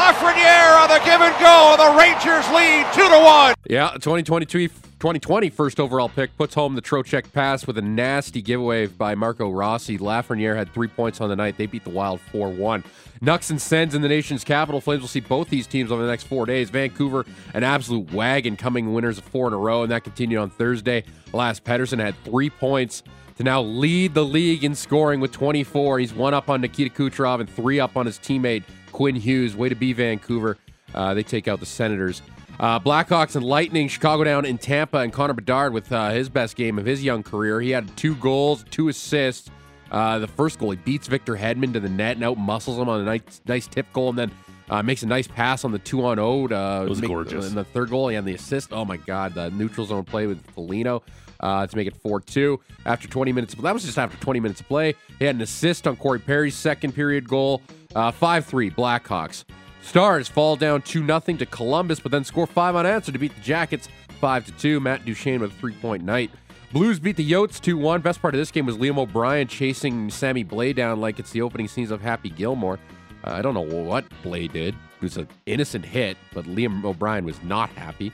S13: Lafreniere on the give and go. The Rangers lead two to one.
S4: Yeah, 2022, 2020 first overall pick puts home the Trocheck pass with a nasty giveaway by Marco Rossi. Lafreniere had three points on the night. They beat the Wild 4 1. Nux and Sens in the nation's capital. Flames will see both these teams over the next four days. Vancouver, an absolute wagon, coming winners of four in a row, and that continued on Thursday. Last Pedersen had three points to now lead the league in scoring with 24. He's one up on Nikita Kucherov and three up on his teammate Quinn Hughes. Way to be Vancouver. Uh, they take out the Senators. Uh, Blackhawks and Lightning, Chicago down in Tampa, and Connor Bedard with uh, his best game of his young career. He had two goals, two assists. Uh, the first goal, he beats Victor Hedman to the net and out muscles him on a nice, nice tip goal, and then uh, makes a nice pass on the two on zero. Uh, it
S3: was gorgeous.
S4: And the third goal and the assist. Oh my God, the neutral zone play with Foligno uh, to make it four two after twenty minutes. That was just after twenty minutes of play. He had an assist on Corey Perry's second period goal. uh, Five three Blackhawks. Stars fall down two 0 to Columbus, but then score five unanswered to beat the Jackets five to two. Matt Duchene with a three point night. Blues beat the Yotes 2 1. Best part of this game was Liam O'Brien chasing Sammy Blay down like it's the opening scenes of Happy Gilmore. Uh, I don't know what Blay did. It was an innocent hit, but Liam O'Brien was not happy.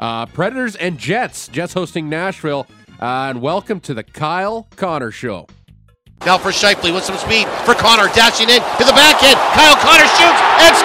S4: Uh, Predators and Jets. Jets hosting Nashville. Uh, and welcome to the Kyle Connor Show.
S14: Now for Shifley with some speed for Connor, dashing in to the backhand. Kyle Connor shoots and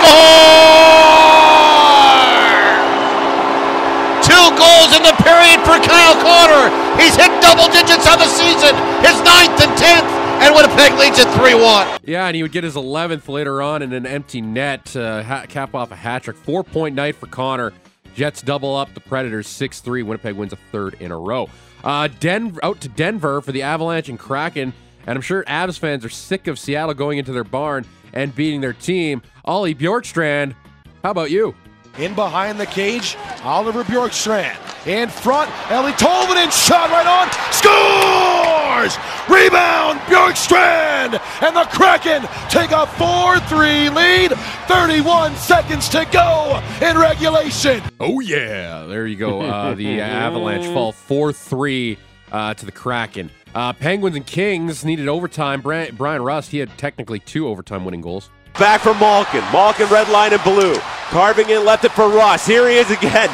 S14: scores! Two goals in the period for Kyle Connor. He's hit double digits on the season, his ninth and tenth, and Winnipeg leads at 3 1.
S4: Yeah, and he would get his 11th later on in an empty net, uh, ha- cap off a hat trick. Four point night for Connor. Jets double up the Predators 6 3. Winnipeg wins a third in a row. Uh, Den- out to Denver for the Avalanche and Kraken. And I'm sure Avs fans are sick of Seattle going into their barn and beating their team. Ollie Bjorkstrand, how about you?
S15: In behind the cage, Oliver Bjorkstrand. In front, Ellie Tolvanen shot right on, scores! Rebound, Bjorkstrand! And the Kraken take a 4-3 lead, 31 seconds to go in regulation.
S4: Oh, yeah. There you go. Uh, the Avalanche fall 4 3 uh, to the Kraken. Uh, Penguins and Kings needed overtime. Bra- Brian Rust, he had technically two overtime winning goals.
S16: Back from Malkin. Malkin, red line and blue. Carving in, left it for Ross. Here he is again.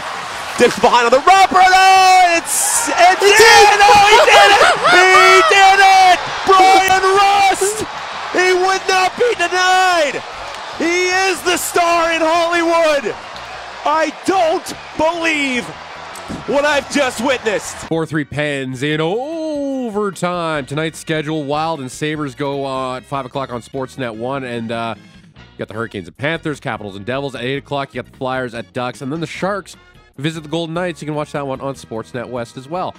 S16: Dips behind on the romper. Oh, it's it's in. Oh, he did it. He did it. Brian Rust. He would not be denied. He is the star in Hollywood. I don't believe what I've just witnessed.
S4: 4 3 Pens in overtime. Tonight's schedule Wild and Sabres go uh, at 5 o'clock on Sportsnet 1. And uh, you got the Hurricanes and Panthers, Capitals and Devils at 8 o'clock. You got the Flyers at Ducks. And then the Sharks visit the Golden Knights. You can watch that one on Sportsnet West as well.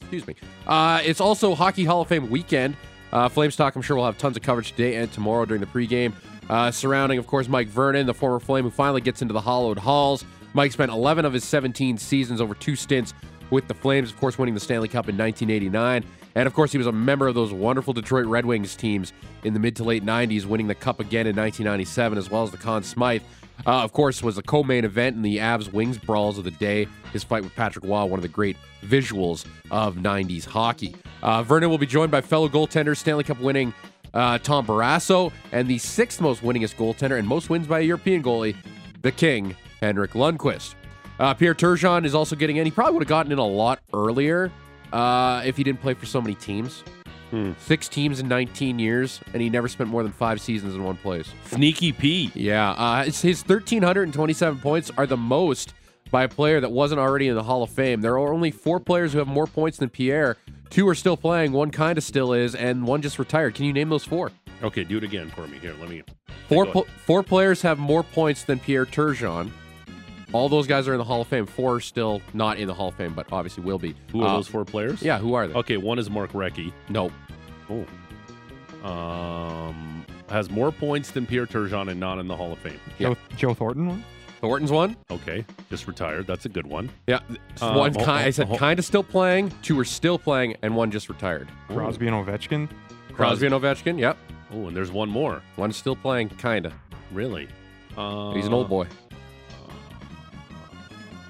S4: Excuse me. Uh, it's also Hockey Hall of Fame weekend. Uh, Flames Talk, I'm sure, will have tons of coverage today and tomorrow during the pregame. Uh, surrounding, of course, Mike Vernon, the former Flame who finally gets into the hollowed halls. Mike spent 11 of his 17 seasons over two stints with the Flames, of course, winning the Stanley Cup in 1989. And of course, he was a member of those wonderful Detroit Red Wings teams in the mid to late 90s, winning the Cup again in 1997, as well as the Conn Smythe. Uh, of course, was a co-main event in the Avs Wings brawls of the day. His fight with Patrick Waugh, one of the great visuals of 90s hockey. Uh, Vernon will be joined by fellow goaltender, Stanley Cup winning uh, Tom Barrasso, and the sixth most winningest goaltender and most wins by a European goalie, the King, Henrik Lundqvist. Uh, Pierre Turgeon is also getting in. He probably would have gotten in a lot earlier uh, if he didn't play for so many teams. Six teams in 19 years, and he never spent more than five seasons in one place.
S3: Sneaky P.
S4: Yeah, uh, it's his 1,327 points are the most by a player that wasn't already in the Hall of Fame. There are only four players who have more points than Pierre. Two are still playing, one kind of still is, and one just retired. Can you name those four?
S3: Okay, do it again for me. Here, let me.
S4: Four
S3: Go
S4: pl- four players have more points than Pierre Turgeon. All those guys are in the Hall of Fame. Four are still not in the Hall of Fame, but obviously will be.
S3: Who are
S4: Uh,
S3: those four players?
S4: Yeah, who are they?
S3: Okay, one is Mark Recchi.
S4: No.
S3: Oh. Um, has more points than Pierre Turgeon and not in the Hall of Fame.
S5: Joe, Joe Thornton one?
S4: Thornton's one.
S3: Okay, just retired. That's a good one.
S4: Yeah,
S3: Um,
S4: one
S3: oh,
S4: kind, I said
S3: oh, oh.
S4: kind of still playing. Two are still playing, and one just retired.
S5: Crosby and Ovechkin.
S4: Crosby and Ovechkin. Yep.
S3: Oh, and there's one more.
S4: One's still playing, kinda.
S3: Really? Uh,
S4: He's an old boy.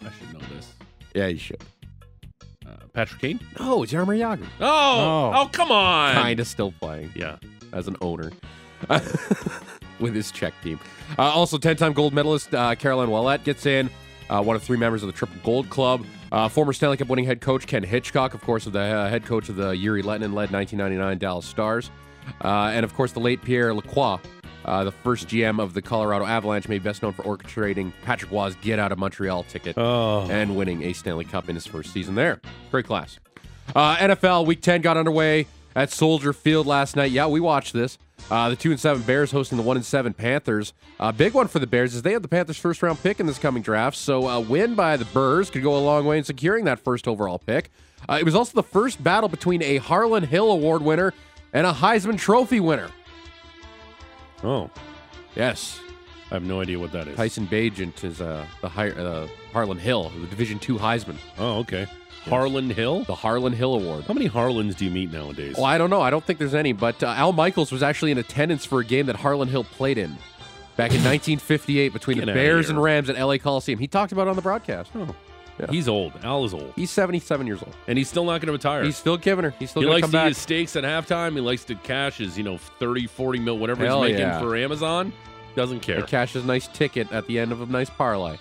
S3: I should know this.
S4: Yeah, you should.
S3: Uh, Patrick Kane?
S4: No, it's Yarmer Yager.
S3: Oh, oh, come on.
S4: Kinda still playing.
S3: Yeah.
S4: As an owner. with his Czech team. Uh, also, 10 time gold medalist uh, Caroline Ouellette gets in, uh, one of three members of the Triple Gold Club. Uh, former Stanley Cup winning head coach Ken Hitchcock, of course, the uh, head coach of the Yuri Letnin led 1999 Dallas Stars. Uh, and, of course, the late Pierre Lacroix, uh, the first GM of the Colorado Avalanche, made best known for orchestrating Patrick Waugh's get out of Montreal ticket and winning a Stanley Cup in his first season there. Great class. Uh, NFL Week 10 got underway at Soldier Field last night. Yeah, we watched this. Uh, the two and seven Bears hosting the one and seven Panthers. Uh, big one for the Bears is they have the Panthers' first round pick in this coming draft. So a win by the Burrs could go a long way in securing that first overall pick. Uh, it was also the first battle between a Harlan Hill Award winner and a Heisman Trophy winner.
S3: Oh,
S4: yes.
S3: I have no idea what that is.
S4: Tyson Bajent is uh, the high, uh, Harlan Hill, the Division Two Heisman.
S3: Oh, okay. Harlan Hill,
S4: the Harlan Hill Award.
S3: How many Harlans do you meet nowadays?
S4: Well, Oh, I don't know. I don't think there's any, but uh, Al Michaels was actually in attendance for a game that Harlan Hill played in back in 1958 between the
S3: Get outta
S4: Bears
S3: here.
S4: and Rams at LA Coliseum. He talked about it on the broadcast. Oh.
S3: He's old. Al is old.
S4: He's 77 years old.
S3: And he's still not going to retire.
S4: He's still giving her. He's still
S3: he
S4: going
S3: likes
S4: to come
S3: to eat
S4: back.
S3: his steaks at halftime. He likes to cash his, you know, 30, 40 mil, whatever
S4: Hell
S3: he's making
S4: yeah.
S3: for Amazon. Doesn't care.
S4: And cash his nice ticket at the end of a nice parlay.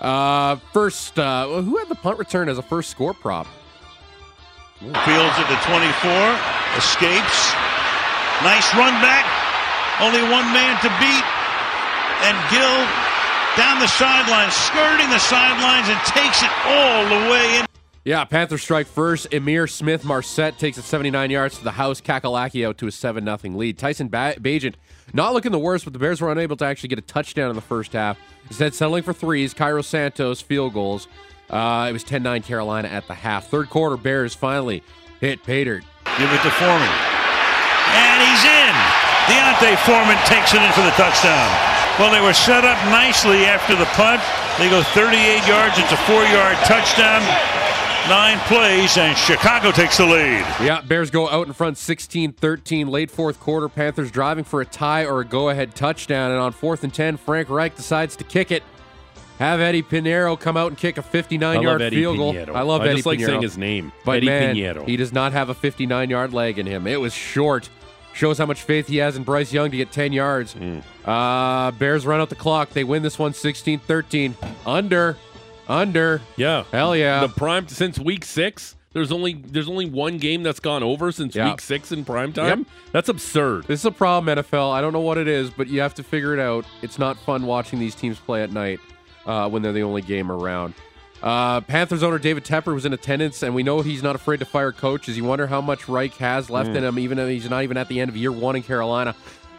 S4: Uh, first, uh, who had the punt return as a first score prop?
S17: Fields at the 24, escapes. Nice run back. Only one man to beat. And Gill down the sideline, skirting the sidelines, and takes it all the way in.
S4: Yeah, Panthers strike first. Emir Smith Marset takes it 79 yards to the house. Kakalaki out to a 7 0 lead. Tyson ba- Bajent not looking the worst, but the Bears were unable to actually get a touchdown in the first half. Instead, settling for threes. Cairo Santos field goals. Uh, it was 10 9 Carolina at the half. Third quarter, Bears finally hit pay dirt.
S17: Give it to Foreman. And he's in. Deontay Foreman takes it in for the touchdown. Well, they were set up nicely after the punt. They go 38 yards. It's a four yard touchdown. Nine plays, and Chicago takes the lead.
S4: Yeah, Bears go out in front 16 13, late fourth quarter. Panthers driving for a tie or a go ahead touchdown. And on fourth and 10, Frank Reich decides to kick it. Have Eddie Pinero come out and kick a 59
S3: I love
S4: yard
S3: Eddie
S4: field
S3: Pinheiro.
S4: goal. I love
S3: I
S4: Eddie
S3: just like
S4: Pinheiro.
S3: saying his name.
S4: But
S3: Eddie
S4: man,
S3: Pinheiro.
S4: he does not have a 59 yard leg in him. It was short. Shows how much faith he has in Bryce Young to get 10 yards.
S3: Hmm.
S4: Uh, Bears run out the clock. They win this one 16 13. Under. Under.
S3: Yeah.
S4: Hell yeah.
S3: The prime since week six. There's only there's only one game that's gone over since
S4: Yeah.
S3: week six in prime time. That's absurd.
S4: This is a problem, NFL. I don't know what it is, but you have to figure it out. It's not fun watching these teams play at night uh, when they're the only game around. Uh, Panthers owner David Tepper was in attendance, and we know he's not afraid to fire coaches. You wonder how much Reich has left
S3: Mm.
S4: in him, even though he's not even at the end of year one in Carolina.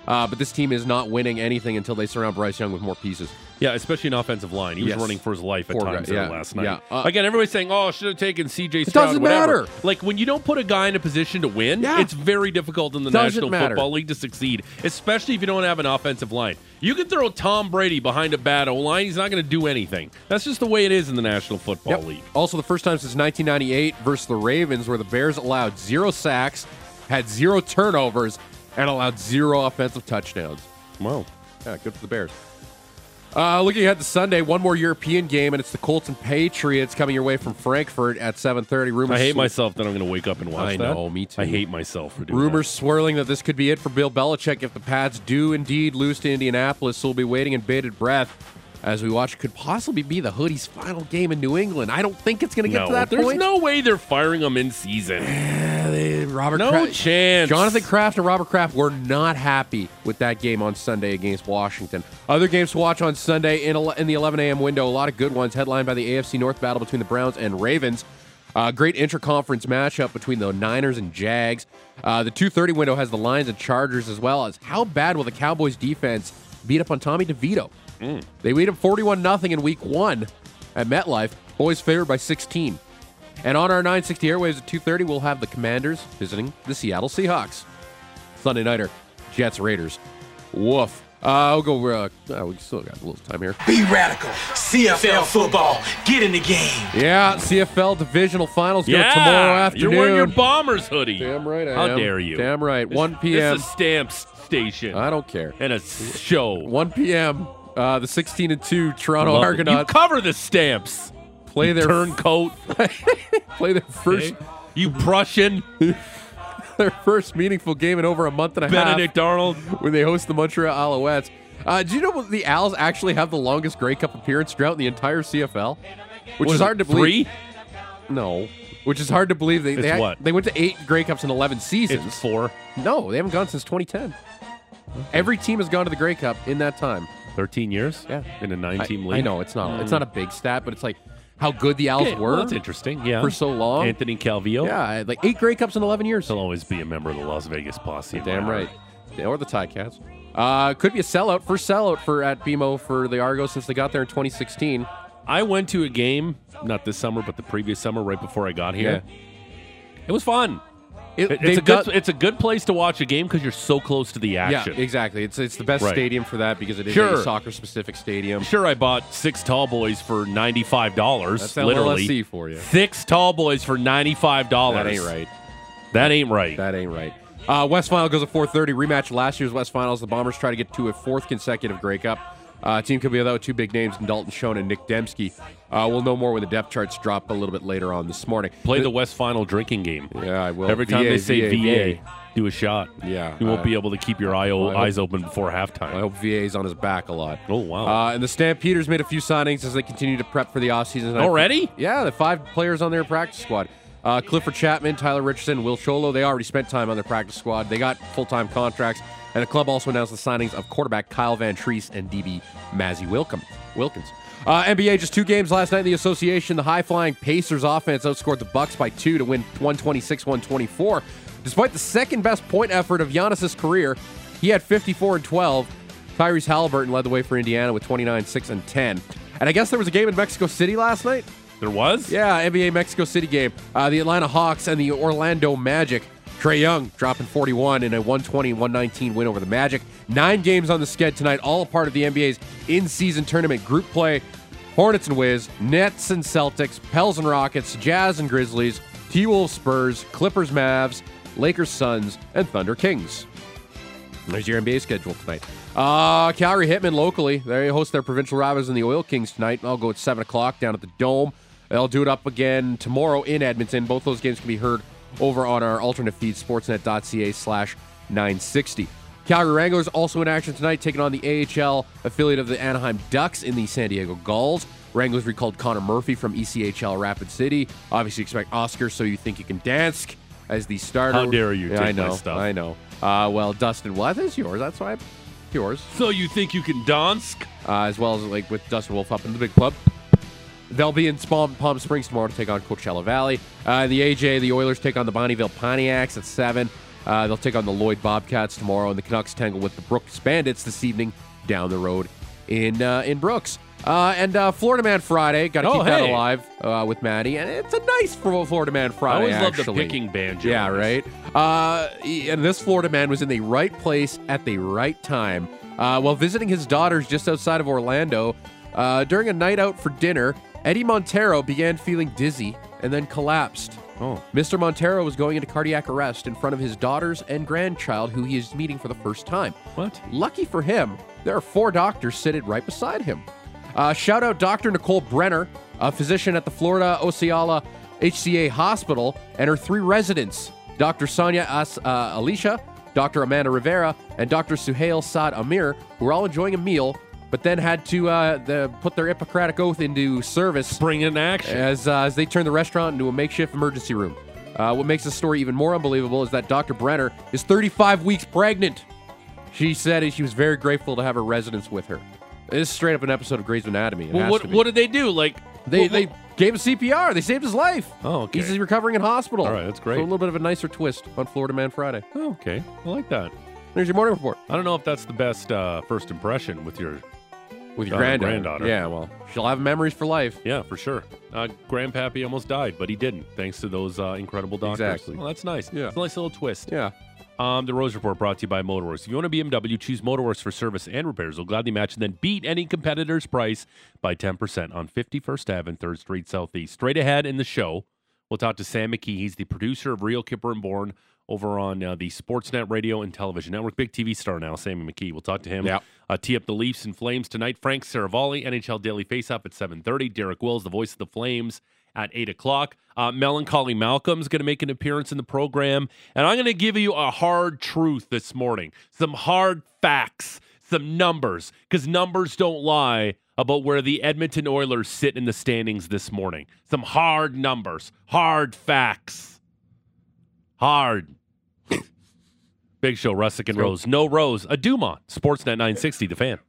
S4: Uh, but this team is not winning anything until they surround Bryce Young with more pieces.
S3: Yeah, especially an offensive line. He
S4: Yes.
S3: was running for his life at
S4: Poor
S3: times
S4: guy.
S3: there
S4: Yeah.
S3: last night.
S4: Yeah. Uh,
S3: Again, everybody's saying, "Oh, should have taken C.J.
S4: It
S3: Stroud."
S4: doesn't
S3: whatever.
S4: matter.
S3: Like when you don't put a guy in a position to win, it's very difficult in the
S4: Doesn't
S3: National
S4: matter.
S3: Football League to succeed, especially if you don't have an offensive line. You can throw Tom Brady behind a bad O line; he's not going to do anything. That's just the way it is in the National Football
S4: Yep.
S3: League.
S4: Also, the first time since 1998 versus the Ravens, where the Bears allowed zero sacks, had zero turnovers, and allowed zero offensive touchdowns.
S3: Wow.
S4: Yeah, good for the Bears. Uh, looking ahead to Sunday, one more European game, and it's the Colts and Patriots coming your way from Frankfurt at 7:30. Rumors
S3: I hate myself that I'm going to wake up and watch
S4: I
S3: that.
S4: know, me too.
S3: I hate myself for doing that.
S4: Rumors swirling that this could be it for Bill Belichick if the Pats do indeed lose to Indianapolis. So we'll be waiting in bated breath as we watch. Could possibly be the Hoodie's final game in New England. I don't think it's going to get
S3: no,
S4: to that
S3: there's
S4: point.
S3: no way they're firing him in season.
S4: Robert
S3: no
S4: Kraft-
S3: chance.
S4: Jonathan Kraft and Robert Kraft were not happy with that game on Sunday against Washington. Other games to watch on Sunday in, ele- in the 11 a.m. window, a lot of good ones, headlined by the AFC North battle between the Browns and Ravens. Uh, great interconference matchup between the Niners and Jags. Uh, the 2:30 window has the Lions and Chargers as well as how bad will the Cowboys defense beat up on Tommy DeVito? They beat him 41 nothing in Week One at MetLife. Boys favored by 16. And on our 960 airwaves at 2:30, we'll have the Commanders visiting the Seattle Seahawks. Sunday nighter, Jets Raiders. Woof. Uh, I'll go. Uh, uh, we still got a little time here.
S18: Be radical. CFL football. Get in the game.
S4: Yeah, CFL divisional finals go
S3: Yeah,
S4: tomorrow afternoon.
S3: You're wearing your bombers hoodie.
S4: Damn right I
S3: How
S4: am.
S3: dare you?
S4: Damn right.
S3: This-
S4: 1 p.m.
S3: This is a stamp station.
S4: I don't care.
S3: And a show.
S4: 1 p.m. Uh, the 16 and 2 Toronto
S3: Love it.
S4: Argonauts
S3: You cover the stamps.
S4: Play
S3: you
S4: their-
S3: turncoat.
S4: play their first.
S3: You Prussian.
S4: their first meaningful game in over a month and a half.
S3: Benedict Arnold.
S4: When they host the Montreal Alouettes. Uh, do you know what the Owls actually have the longest Grey Cup appearance drought in the entire CFL? Which
S3: What
S4: is
S3: is
S4: hard
S3: it,
S4: to believe. No. Which is hard to believe. They, they,
S3: It's
S4: had-
S3: what?
S4: they went to eight Grey Cups in 11 seasons.
S3: four.
S4: No, they haven't gone since 2010. Every team has gone to the Grey Cup in that time.
S3: 13 years? Yeah. In a nine team
S4: I-
S3: league?
S4: I know it's not. It's
S3: Mm.
S4: not a big stat, but it's like how good the Owls
S3: Yeah,
S4: were.
S3: well, that's interesting. Yeah.
S4: for so long.
S3: Anthony Calvillo.
S4: Yeah, like eight Grey Cups in 11 years.
S3: He'll always be a member of the Las Vegas posse. in
S4: Damn
S3: my
S4: right.
S3: heart.
S4: Yeah, Or the Tie Cats. Uh, could be a sellout for sellout for at BMO for the Argos since they got there in 2016.
S3: I went to a game, not this summer, but the previous summer, right before I got here. It was fun. It-
S4: It- they've
S3: it's a
S4: got-
S3: good. It's a good place to watch a game because you're so close to the action.
S4: Yeah, exactly. It's it's the best
S3: Right.
S4: stadium for that because it is
S3: Sure.
S4: a soccer specific stadium.
S3: Sure, I bought six tall boys for ninety five dollars.
S4: That's that
S3: literally
S4: LLC for you.
S3: Six tall boys for ninety five dollars.
S4: That ain't right.
S3: That ain't right.
S4: That ain't right. Uh, West Final goes at 4:30 rematch of last year's West Finals. The Bombers try to get to a fourth consecutive Grey Cup. Uh, team could be without two big names in Dalton Schoen and Nick Dembski. Uh, we'll know more when the depth charts drop a little bit later on this morning.
S3: Play the West Final drinking game.
S4: Yeah, I will.
S3: Every time
S4: VA,
S3: they say
S4: VA.
S3: VA, do a shot.
S4: Yeah,
S3: you won't
S4: uh,
S3: be able to keep your eye,
S4: well, I
S3: eyes
S4: hope-
S3: open before halftime.
S4: I hope VA's on his back a lot.
S3: Oh wow!
S4: Uh, and the Stampeders made a few signings as they continue to prep for the offseason. And I-
S3: Already?
S4: Yeah, the five players on their practice squad. Uh, Clifford Chapman, Tyler Richardson, Will Cholo, they already spent time on their practice squad. They got full time contracts. And the club also announced the signings of quarterback Kyle Van Treese and DB Mazzy Wilcom, Wilkins. Uh, NBA just two games last night in the association. The high flying Pacers offense outscored the Bucks by two to win 126 124. Despite the second best point effort of Giannis's career, he had 54 and 12. Tyrese Halliburton led the way for Indiana with 29, 6, and 10. And I guess there was a game in Mexico City last night.
S3: There was?
S4: Yeah, NBA Mexico City game. Uh, the Atlanta Hawks and the Orlando Magic. Trey Young dropping 41 in a 120 119 win over the Magic. Nine games on the sked tonight, all a part of the NBA's in season tournament group play. Hornets and Wiz, Nets and Celtics, Pels and Rockets, Jazz and Grizzlies, T Wolves Spurs, Clippers Mavs, Lakers Suns, and Thunder Kings. There's your NBA schedule tonight. Uh, Calgary Hitmen locally. They host their provincial rivals in the Oil Kings tonight. I'll go at 7 o'clock down at the Dome. They'll do it up again tomorrow in Edmonton. Both those games can be heard over on our alternate feed, sportsnet.ca slash 960. Calgary Wranglers also in action tonight, taking on the AHL affiliate of the Anaheim Ducks in the San Diego Gulls. Wranglers recalled Connor Murphy from E ECHL Rapid City. Obviously, expect Oscar, so you think you can dance as the starter.
S3: How dare you
S4: Yeah,
S3: take
S4: I know,
S3: my stuff.
S4: I know. Uh, well, Dustin, well, that is yours. That's why I, yours.
S3: So you think you can dance?
S4: Uh, as well as like with Dustin Wolf up in the big club. They'll be in Palm, Palm Springs tomorrow to take on Coachella Valley. Uh, the AJ, the Oilers take on the Bonneville Pontiacs at seven. Uh, they'll take on the Lloyd Bobcats tomorrow, and the Canucks tangle with the Brooks Bandits this evening down the road in uh, in Brooks. Uh, and uh, Florida Man Friday, got to
S3: Oh,
S4: keep that
S3: hey.
S4: alive uh, with Maddie, and it's a nice Fro- Florida Man Friday.
S3: always love the
S4: actually.
S3: picking banjo.
S4: Yeah, right. Uh, e- and this Florida man was in the right place at the right time uh, while visiting his daughters just outside of Orlando. Uh, during a night out for dinner, Eddie Montero began feeling dizzy and then collapsed.
S3: Oh.
S4: Mr. Montero was going into cardiac arrest in front of his daughters and grandchild, who he is meeting for the first time.
S3: What?
S4: Lucky for him, there are four doctors seated right beside him. Uh, shout out Dr. Nicole Brenner, a physician at the Florida Osceola HCA Hospital, and her three residents, Dr. Sonia As- uh, Alicia, Dr. Amanda Rivera, and Dr. Suhail Saad Amir, who were all enjoying a meal, but then had to uh, the, put their Hippocratic oath into service.
S3: Bring in action.
S4: As, uh, as they turned the restaurant into a makeshift emergency room. Uh, what makes the story even more unbelievable is that Dr. Brenner is 35 weeks pregnant. She said she was very grateful to have her residents with her. This is straight up an episode of Grey's Anatomy. It
S3: Well,
S4: has
S3: what
S4: to be.
S3: what did they do? Like
S4: They
S3: what-
S4: they gave him CPR. They saved his life.
S3: Oh, okay.
S4: He's recovering in hospital.
S3: All right, that's great.
S4: So a little bit of a nicer twist on Florida Man Friday.
S3: Oh, okay, I like that.
S4: There's your morning report.
S3: I don't know if that's the best uh, first impression with your
S4: With your
S3: daughter-
S4: granddaughter. Yeah, well, she'll have memories for life.
S3: Yeah, for sure. Uh, Grandpappy almost died, but he didn't, thanks to those uh, incredible doctors.
S4: Exactly.
S3: Well, that's nice.
S4: Yeah.
S3: It's a nice little twist.
S4: Yeah.
S3: Um, the Rose Report brought to you by Motorworks. If you own a BMW, choose Motorworks for service and repairs. They'll gladly match and then beat any competitor's price by 10% on 51st Ave and 3rd Street Southeast. Straight ahead in the show, we'll talk to Sam McKee. He's the producer of Real Kipper and Born over on uh, the Sportsnet Radio and Television Network. Big TV star now, Sammy McKee. We'll talk to him.
S4: Yeah.
S3: Uh, tee up the Leafs and Flames tonight. Frank Saravalli, NHL Daily Faceoff at 7.30. Derek Wills, the voice of the Flames at 8 o'clock. Uh, Melancholy Malcolm's going to make an appearance in the program. And I'm going to give you a hard truth this morning some hard facts, some numbers, because numbers don't lie about where the Edmonton Oilers sit in the standings this morning. Some hard numbers, hard facts. Hard. Big Show, Russick and Rose. No Rose. A Dumont, Sportsnet 960, the fan.